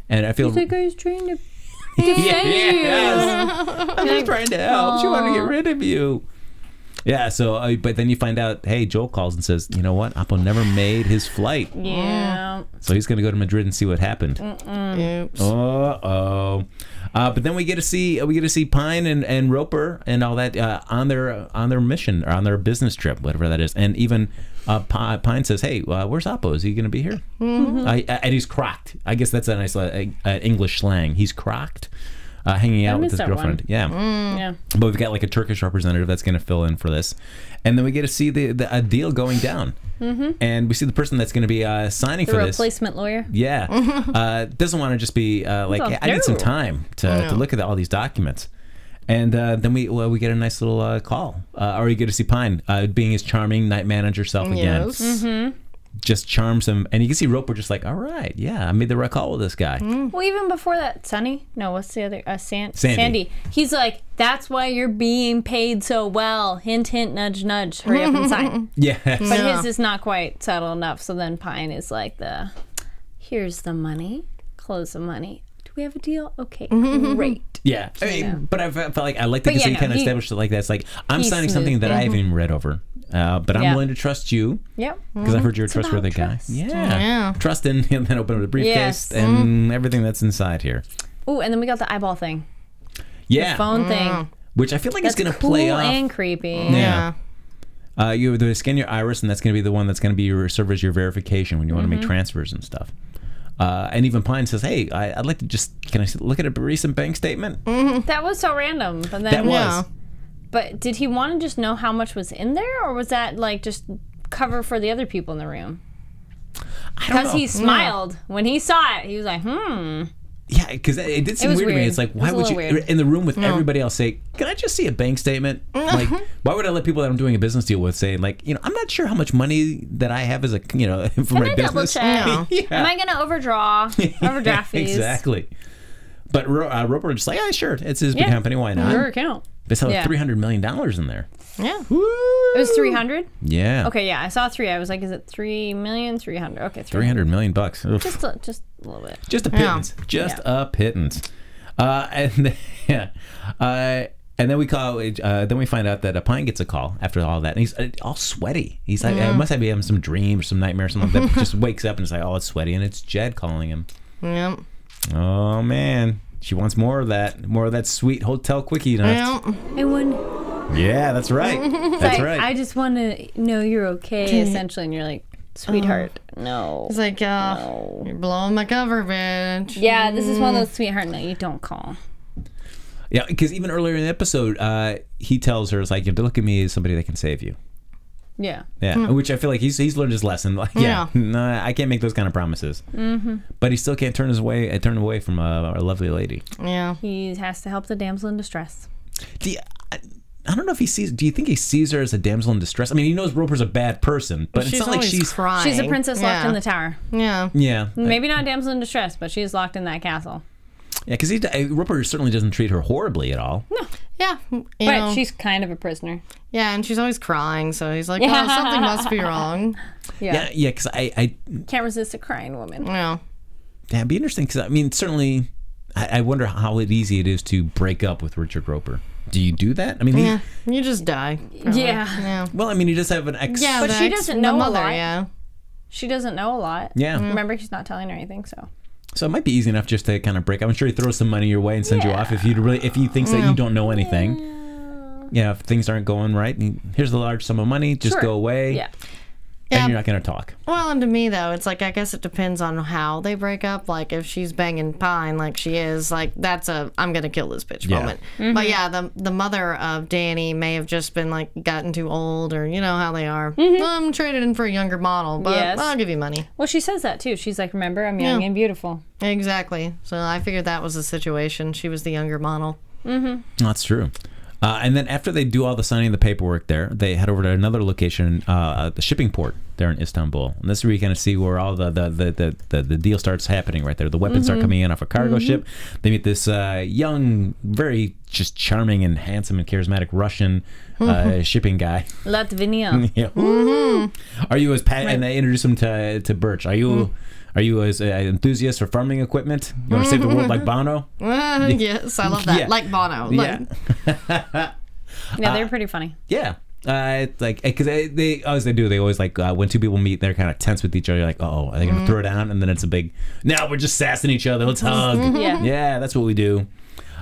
And I feel
That guy's trying to.
yeah, yes. I'm just trying to help. She wanted to get rid of you. Yeah. So, uh, but then you find out, hey, Joel calls and says, "You know what? Apo never made his flight."
Yeah.
So he's going to go to Madrid and see what happened.
Oops.
Uh oh. Uh, but then we get to see we get to see Pine and, and Roper and all that uh, on their on their mission or on their business trip, whatever that is. And even uh, Pi- Pine says, "Hey, uh, where's Oppo? Is he going to be here?"
Mm-hmm.
I, I- and he's crocked. I guess that's a nice uh, uh, English slang. He's crocked, uh, hanging out with
missed
his
that one. Mm.
girlfriend. Yeah.
Yeah.
But we've got like a Turkish representative that's going to fill in for this, and then we get to see the, the a deal going down, mm-hmm. and we see the person that's going to be uh, signing
The
for this.
replacement lawyer.
Yeah. uh, doesn't want to just be uh, like,
No,
"Hey, I need some
no.
time to, to look at all these documents. And uh, then we well, we get a nice little uh, call. Uh, are you good to see Pine uh, being his charming night manager self again?
Yes.
Mm-hmm.
Just charms him, and you can see Roper just like, all right, yeah, I made the right call with this guy.
Well, even before that, Sonny. No, what's the other? Uh, San-
Sandy.
Sandy. He's like, that's why you're being paid so well. Hint, hint, nudge, nudge. Hurry up and sign.
Yeah,
But his is not quite subtle enough. So then Pine is like the, here's the money. Close the money. Do we have a deal? Okay,
Mm-hmm.
great.
yeah. I mean, but I felt felt like I like that
But
because
yeah,
he
no,
kind of
he-
established it like that. It's like I'm
he's
signing something
smooth.
that I haven't even read over, uh, but I'm
Yeah.
willing to trust you
Yep.
because I've heard you're a
about
trustworthy guy.
trust.
Yeah.
Yeah.
trust in him, then open up the briefcase
Yes. Mm-hmm.
and everything that's inside here.
Ooh, and then we got the eyeball thing,
Yeah,
phone thing.
which I feel like
That's
is going to
cool
play off.
and creepy.
yeah.
Yeah.
Uh, you they scan your iris, and that's going to be the one that's going to be your serve as your verification when you want to
Mm-hmm.
make transfers and stuff. Uh, and even Pine says, "Hey, I, I'd like to just can I s- look at a recent bank statement?"
That was so random. But then,
That was
Yeah.
but did he want to just know how much was in there, or was that like just cover for the other people in the room?
I don't
Because
know.
he smiled when he saw it. He was like, hmm.
yeah, because it, it did seem
was
weird, to me.
weird.
It's like
It was
why
a
would you
little weird.
in the room with everybody else say, "Can I just see a bank statement?"
Mm-hmm.
like why would I let people that I'm doing a business deal with say, like you know, I'm not sure how much money that I have as a you know from my
I double
business.
check?
Yeah.
Am I going to overdraw? Overdraft fees.
exactly. But Ro- uh, Roper was just like, yeah, sure, it's his big
Yeah.
company. Why not?
Your account.
They sell like
Yeah.
three hundred million dollars in there.
Yeah.
It was 300?
Yeah.
Okay, yeah, I saw three. I was like, is it 3 million? 300. Okay,
Three
300.
hundred million bucks. Oof.
Just a, just a little bit.
Just a pittance. Just a pittance. Uh, and then, yeah, uh, and then we call. Uh, then we find out that uh, Pine gets a call after all that, and he's uh, all sweaty. He's like, "I must have been having some dream or some nightmare or something." like that. just wakes up and is like, "Oh, it's sweaty," and it's Jed calling him.
Yep.
Oh man, she wants more of that, more of that sweet hotel quickie. nuts.
Yep.
I wouldn't.
Yeah, that's right. That's
I,
right.
I just want to know you're okay, essentially. And you're like, sweetheart, Oh, no.
It's like, uh, you're blowing my cover, bitch.
Yeah, this is one of those sweetheart, no, you don't call.
Yeah, because even earlier in the episode, uh, he tells her, "It's like you have to look at me as somebody that can save you."
Yeah.
Yeah,
Hmm.
which I feel like he's he's learned his lesson. Like, yeah, no, I can't make those kind of promises. Mm-hmm. But he still can't turn his way uh, turn away from a, a lovely lady.
Yeah.
He has to help the damsel in distress.
Do you, I, I don't know if he sees. Do you think he sees her as a damsel in distress? I mean, he knows Roper's a bad person, but it's
She's
not like
always
she's
crying.
She's a princess locked
yeah.
in the tower.
Yeah.
yeah, like-
Maybe not damsel in distress, but she's locked in that castle.
yeah. Because he uh, Roper certainly doesn't treat her horribly at all.
Yeah. You
But
know,
she's kind of a prisoner.
yeah, and she's always crying, so he's like, oh, something must be wrong.
Yeah, yeah. Because I, I
Can't resist a crying woman.
Yeah.
that'd be interesting. Because I mean, certainly, I, I wonder how it easy it is to break up with Richard Roper. Do you do that? I mean, he-
Yeah. You just die. probably.
Yeah.
Yeah.
well, I mean, he does have an ex.
Yeah,
But
the
she
ex-
doesn't
the
know a
mother,
lot.
Yeah.
She doesn't know a lot.
Yeah.
Mm-hmm.
Remember, she's not telling her anything, so.
So it might be easy enough just to kind of break. I'm sure he throws some money your way and sends you
Yeah.
off if you really if he thinks that you don't know anything. Yeah, if things aren't going right, and here's a large sum of money. Just
Sure.
go away,
Yeah.
and
Yeah.
you're not going to talk.
Well, and to me though, it's like I guess it depends on how they break up. Like if she's banging Pine, like she is, like that's a I'm gonna kill this bitch
Yeah.
moment.
Mm-hmm.
But yeah, the the mother of Danny may have just been like gotten too old, or you know how they are. I'm traded in for a younger model, but
Mm-hmm. Yes.
I'll give you money.
Well, she says that too. She's like, remember, I'm young
Yeah.
and beautiful.
Exactly. So I figured that was the situation. She was the younger model.
That's true. Uh, and then after they do all the signing of the paperwork there, they head over to another location, uh, the shipping port there in Istanbul. And this is where you kind of see where all the the, the, the, the the deal starts happening right there. The weapons
Mm-hmm.
start coming in off a cargo ship. They meet this uh, young, very just charming and handsome and charismatic Russian
Mm-hmm.
uh, shipping guy.
Latvinia.
Yeah.
Mm-hmm.
Are you as pa- and they introduce him to to Birch. Are you
Mm.
are you as uh, enthusiast for farming equipment? You want to save the world like
Mm-hmm.
Bono?
Uh, yes, I love that.
Yeah.
Like Bono.
Yeah.
Like,
yeah, they're pretty funny.
Yeah. Uh, it's like because they, they always they do they always like uh, when two people meet they're kind of tense with each other like oh are they
Mm.
gonna throw down and then it's a big now we're just sassing each other let's hug
Yeah.
yeah that's what we do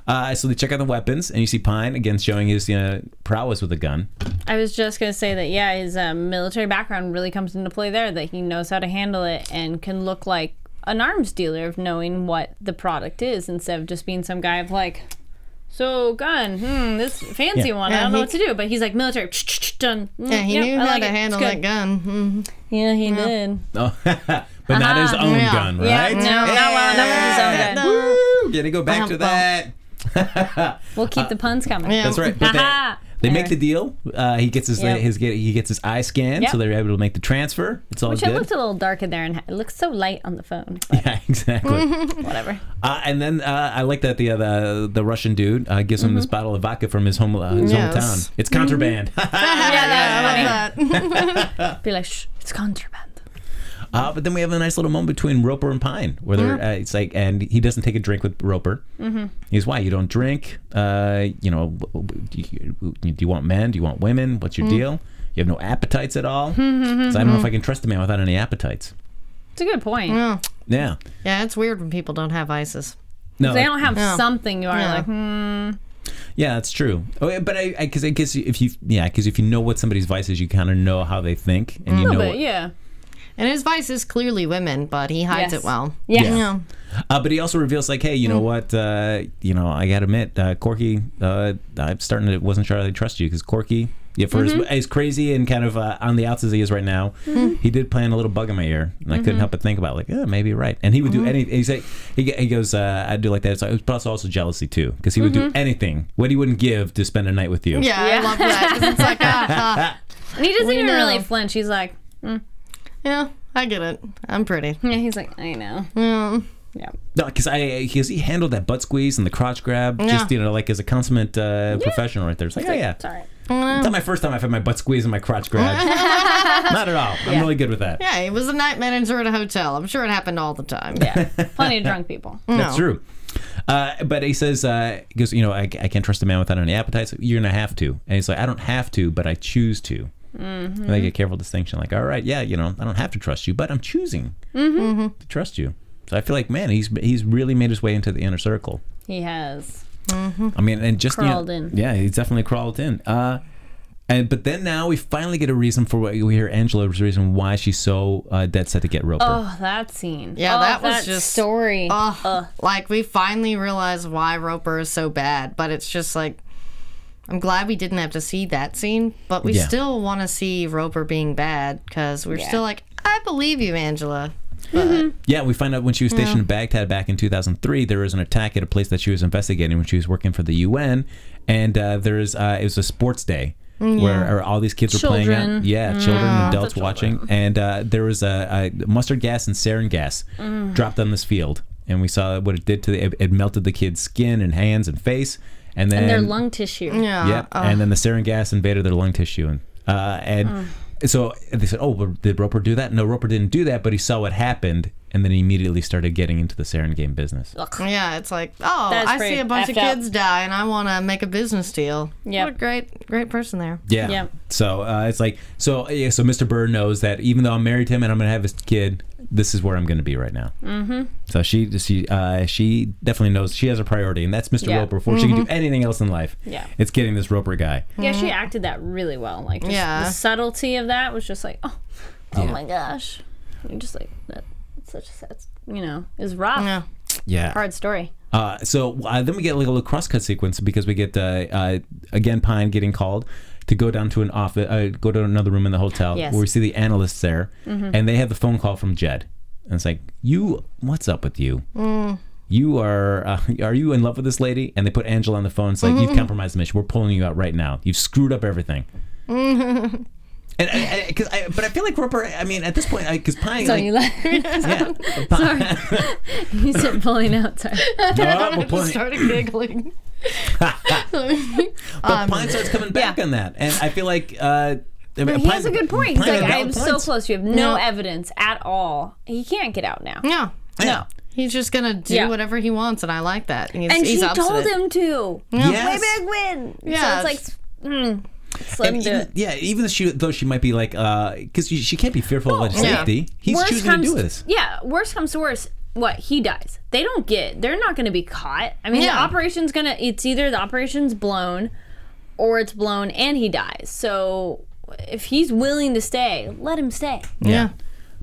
uh, so they check out the weapons and you see Pine again showing his you know, prowess with a gun
I was just gonna say that yeah, his um, military background really comes into play there. That he knows how to handle it and can look like an arms dealer of knowing what the product is instead of just being some guy of like, so gun, hmm, this fancy
Yeah.
one. I
Yeah,
don't know
he-
what to do, but he's like military, done. Mm,
yeah, he
yep,
knew
I
how
like
to
it. It's
handle
good."
that gun. Mhm.
Yeah, he did.
oh but not his own
Yeah.
gun
Uh-huh. Yeah,
right
no, not well, not with his own gun.
Woo! Gonna go back to
Bum, bum.
that.
Uh-huh. We'll keep the puns coming.
Yeah.
That's right. But
Aha.
they, they make the deal. Uh, he gets his
Yep.
his get, he gets his eye scan,
Yep.
so they're able to make the transfer. It's all
Which I
good.
looked a little dark in there, and it looks so light on the phone. But
yeah,
Mm-hmm.
exactly.
whatever.
uh, and then uh, I like that the uh, the, the Russian dude uh, gives him
Mm-hmm.
this bottle of vodka from his home uh, his
Yes.
hometown. It's contraband.
yeah, that's funny.
I love that.
Be like, shh, it's contraband.
Uh, but then we have a nice little moment between Roper and Pine, where they're,
Mm-hmm.
uh, it's like, and he doesn't take a drink with Roper. Mm-hmm. He's why you don't drink. Uh, you know, w- w- do you, do you want men? Do you want women? What's
Mm.
your deal? You have no appetites at all.
Mm-hmm.
So I don't know if I can trust a man without any appetites.
It's a good point.
Oh.
Yeah.
Yeah, it's weird when people don't have ISIS.
No.
They don't have
Yeah.
something you are
Yeah.
like, hmm,
yeah, that's true. Oh, yeah, but I, I, cause I guess if you, yeah, cause if you know what somebody's vice is, you kind of know how they think, and you know.
but
what-
yeah.
And his vice is clearly women, but he hides
Yes.
it well.
Yes.
Yeah.
Yeah.
Uh, but he also reveals, like, hey, you know what? Uh, you know, I gotta admit, uh, Corky, uh, I'm starting to wasn't sure I trust you because Corky, yeah, for as, as crazy and kind of uh, on the outs as he is right now, he did plant a little bug in my ear, and I couldn't help but think about, like, yeah, maybe you're right. And he would do anything. He said, he, he goes, uh, I do like that. It's like, but also, also jealousy too, because he would do anything. What he wouldn't give to spend a night with you.
Yeah, I love that. 'cause it's like, ah, ah.
And he doesn't even
know.
really flinch. He's like,
yeah, I get it. I'm pretty.
yeah, he's like, I know.
Yeah.
Yeah.
No, because I because he handled that butt squeeze and the crotch grab just
Yeah.
you know like as a consummate uh, professional right there. It's like oh yeah,
It's all right.
It's not my first time I've had my butt squeeze and my crotch grab. not at all. I'm really good with that.
Yeah, he was a night manager at a hotel. I'm sure it happened all the time. Yeah.
Plenty of drunk people.
That's true. Uh, but he says, uh, he goes, you know, I, I can't trust a man without any appetite. So you're gonna have to. And he's like, I don't have to, but I choose to.
Mm-hmm.
And they get careful distinction. Like, all right, yeah, you know, I don't have to trust you, but I'm choosing
Mm-hmm.
to trust you. So I feel like, man, he's he's really made his way into the inner circle.
He has.
I mean, and just you know-
Crawled in.
Yeah, he's definitely crawled in. Uh, and but then now we finally get a reason for what we hear Angela's reason why she's so uh, dead set to get Roper.
Oh, that scene.
Yeah,
Oh,
that was just-
story.
Ugh. Like we finally realized why Roper is so bad, but it's just like I'm glad we didn't have to see that scene, but we
Yeah.
still want to see Roper being bad because we're still like, I believe you, Angela. Mm-hmm.
Yeah, we find out when she was stationed in Baghdad back in 2003, there was an attack at a place that she was investigating when she was working for the UN, and uh, there is uh, it was a sports day. Where all these kids were playing out,
Children.
yeah, children, adults watching, and uh, there was a, a mustard gas and sarin gas dropped on this field, and we saw what it did to the, it, it melted the kids' skin and hands and face, and then
and their lung tissue.
Yeah. uh,
Yep.
uh,
and then the sarin gas invaded their lung tissue, and uh, and
Mm.
so they said, "Oh, but did Roper do that?" No, Roper didn't do that, but he saw what happened, and then he immediately started getting into the sarin game business.
Yeah, it's like, oh,
That's
I
pretty
see a bunch of
effed up.
kids die and I want to make a business deal.
Yep.
What a great, great person there.
Yeah.
Yeah.
So uh, it's like so. Yeah, so Mr. Burr knows that even though I'm married to him and I'm gonna have his kid, this is where I'm gonna be right now. Mm-hmm. So she she uh, she definitely knows she has a priority, and that's Mr.
Yeah. Mm-hmm.
Roper. Before she can do anything else in life,
Yeah.
it's getting this Roper guy.
Yeah, she acted that really well. Like, just
Yeah.
the subtlety of that was just like, oh, oh my gosh. And just like that. It's such a sad, you know, is rough.
Yeah.
Yeah.
Hard story.
Uh, so uh, then we get like a little crosscut sequence because we get uh, uh, again Pine getting called to go down to an office, uh, go to another room in the hotel
Yes. Mm-hmm.
where we see the analysts there, and they have the phone call from Jed, and it's like, "You, what's up with you?
Mm.
You are, uh, are you in love with this lady?" And they put Angela on the phone. It's like,
Mm-hmm.
"You've compromised the mission. We're pulling you out right now. You've screwed up everything."
Mm-hmm.
and I, I, cause I, but I feel like Roper. I mean, at this point, because Pine,
So
like,
you like,
yeah, Pine,
you said pulling out. Sorry.
Oh, we're
I
pulling-
just started giggling.
But
Um,
Pine starts coming back on that, and I feel like uh, I mean,
He
Pine-
has a good point. He's
Pine had
like,
valid
I'm so
points.
close. You have no
No.
evidence at all. He can't get out now.
Yeah.
Yeah.
He's just going to do
Yeah.
whatever he wants, and I like that. He's,
And
he's
she
obstinate.
told him to.
Yes.
Big win.
Yeah.
So it's like, mm,
And
slim to
even,
it.
yeah, even though she, though she might be like, because she, she can't be fearful of his
yeah.
safety. He's
Oh, Worst
choosing to
comes-
do this.
Yeah, worst comes to worst, what he dies. They don't get. They're not going to be caught. I mean, the
Yeah.
operation's gonna. It's either the operation's blown, or it's blown and he dies. So if he's willing to stay, let him stay.
Yeah.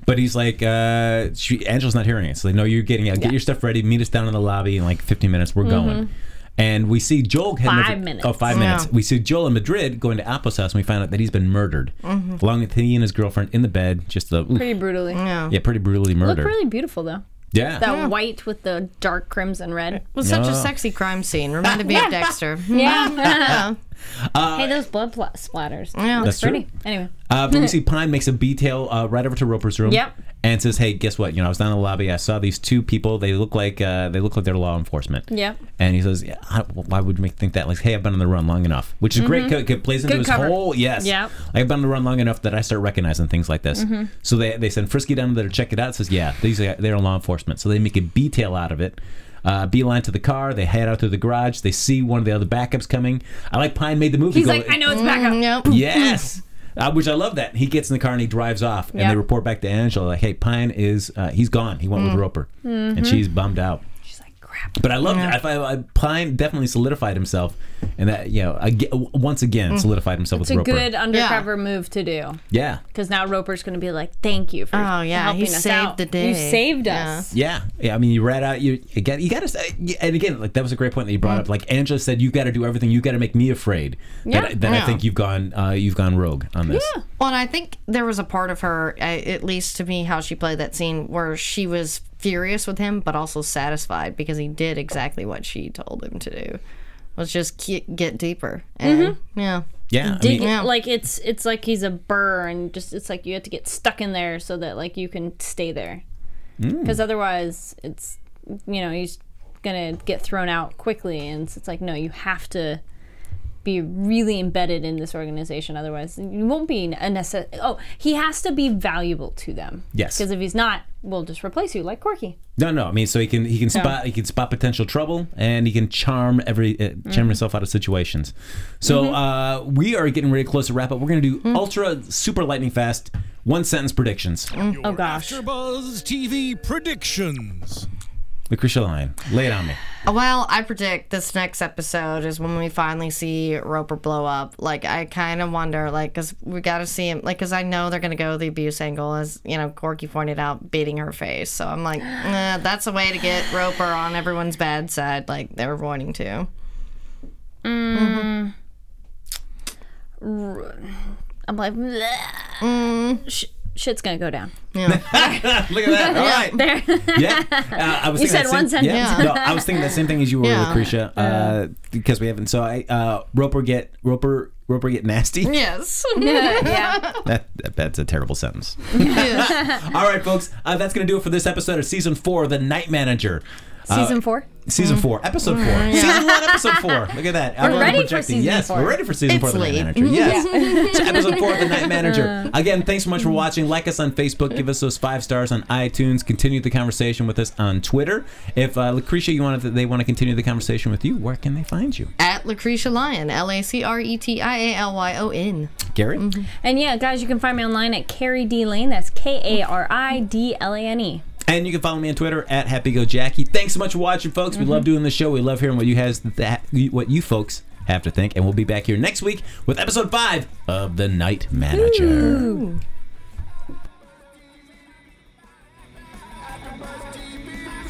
But he's like, uh, she, Angela's not hearing it. So they know you're getting out. Get your stuff ready. Meet us down in the lobby in like 15 minutes. We're going. And we see Joel heading
Mm-hmm. Five
over-
minutes.
Oh, five
Yeah.
minutes. We see Joel in Madrid going to Apple's house, and we find out that he's been murdered,
Mm-hmm.
along with he and his girlfriend in the bed. Just the oof.
Pretty brutally.
Yeah.
yeah, pretty brutally
Looked
murdered.
really beautiful though.
yeah,
That white with the dark crimson red.
It was such a
Yeah.
sexy crime scene. Reminded me of Dexter. Mm,
Yeah.
Yeah.
hey, those blood pla- splatters.
Yeah.
that's true.
Pretty. Anyway.
Uh, but we see Pine makes a detail uh, right over to Roper's room.
Yep.
And says, "Hey, guess what? You know, I was down in the lobby. I saw these two people. They look like uh, they look like they're law enforcement."
Yep.
And he says, yeah, I- "Why would you make think that? Like, hey, I've been on the run long enough, which is great. 'cause It plays into
Mm-hmm. Good
his
cover.
whole yes.
Yep. Mm-hmm.
Like, I've been on the run long enough that I start recognizing things like this. So they they send Frisky down there to check it out. Says, yeah, these are, they're law enforcement. So they make a detail out of it." Uh, beeline to the car. They head out to the garage. They see one of the other backups coming. I like Pine made the movie.
He's
go-
like, I know it's back up.
Yep.
Yes. Uh, which I love that he gets in the car and he drives off, and
Yeah.
they report back to Angela like, "Hey, Pine is uh, he's gone. He
Mm.
went with Roper,
Mm-hmm.
and she's bummed out."
She's like, crap.
But I love that. I, I, I- Pine definitely solidified himself, and that you know, ag- uh, once again, solidified himself
It's
with
Mm. a
Roper.
good undercover move to do.
yeah,
Because now Roper's going to be like, "Thank you for
Oh, yeah,
helping
he
us
saved
out.
the day."
You saved
Yeah.
us."
yeah, yeah. I mean, you read out you again. You got to say, and again, like that was a great point that you brought
Mm.
up. Like Angela said, you got to do everything. You got to make me afraid.
Yeah.
That, that I
Yeah.
think you've gone, uh, you've gone rogue on this. Yeah.
Well, and I think there was a part of her, uh, at least to me, how she played that scene where she was furious with him, but also satisfied because he did exactly what she told him to do. Was just ke- get deeper. And,
Mm-hmm.
Yeah.
Yeah, I
Dig
mean,
Yeah.
like it's it's like he's a burr, and just it's
Hmm.
like you have to get stuck in there so that like you can stay there. Because otherwise, it's you know, he's gonna get thrown out quickly. And it's like, no, you have to be really embedded in this organization. Otherwise, you won't be a necess- Oh, he has to be valuable to them.
Yes.
Because if he's not, we'll just replace you like Corky.
No, no. I mean, so he can he can spot he can spot potential trouble, and he can charm every uh, charm
Mm-hmm.
himself out of situations. So uh, we are getting really close to wrap up. We're gonna do
Mm.
ultra super lightning fast one sentence predictions.
Oh gosh.
AfterBuzz TV predictions.
Lucretia Lyon, lay it on me.
Well, I predict this next episode is when we finally see Roper blow up. Like, I kind of wonder, like, because we got to see him, like, because I know they're going to go the abuse angle, as, you know, Corky pointed out, beating her face. So I'm like, nah, that's a way to get Roper on everyone's bad side, like they were wanting to.
I'm like, bleh.
Mm.
Sh- shit's gonna go down.
Look at that. All right.
There.
yeah. Uh, I was thinking
You said
that
one
same-
sentence.
Yeah. No, I was thinking the same thing as you were,
Yeah.
Lucretia, uh, because we haven't. So I uh, Roper get Roper Roper get nasty.
Yes.
yeah.
That, that- that's a terrible sentence. All right, folks, uh, that's gonna do it for this episode of season four of The Night Manager. Uh,
Season four.
Season four, episode four, season one, episode four. Look at that. We're
ready for season
yes,
four.
we're ready for season four of the Night
It's
Manager. Yes, so episode four of the Night Manager. Again, thanks so much for watching. Like us on Facebook. Give us those five stars on iTunes. Continue the conversation with us on Twitter. If uh, Lucretia, you want to, they want to continue the conversation with you, where can they find you?
At Lucretia Lyon, L A C R E T I A L Y O N.
Gary,
Mm-hmm. And yeah, guys, you can find me online at Carrie D Lane. That's K A R I D L A N E.
and you can follow me on Twitter at Happy Go Jackie. Thanks so much for watching, folks. We love doing the show. We love hearing what you has that what you folks have to think, and we'll be back here next week with episode five of the Night Manager.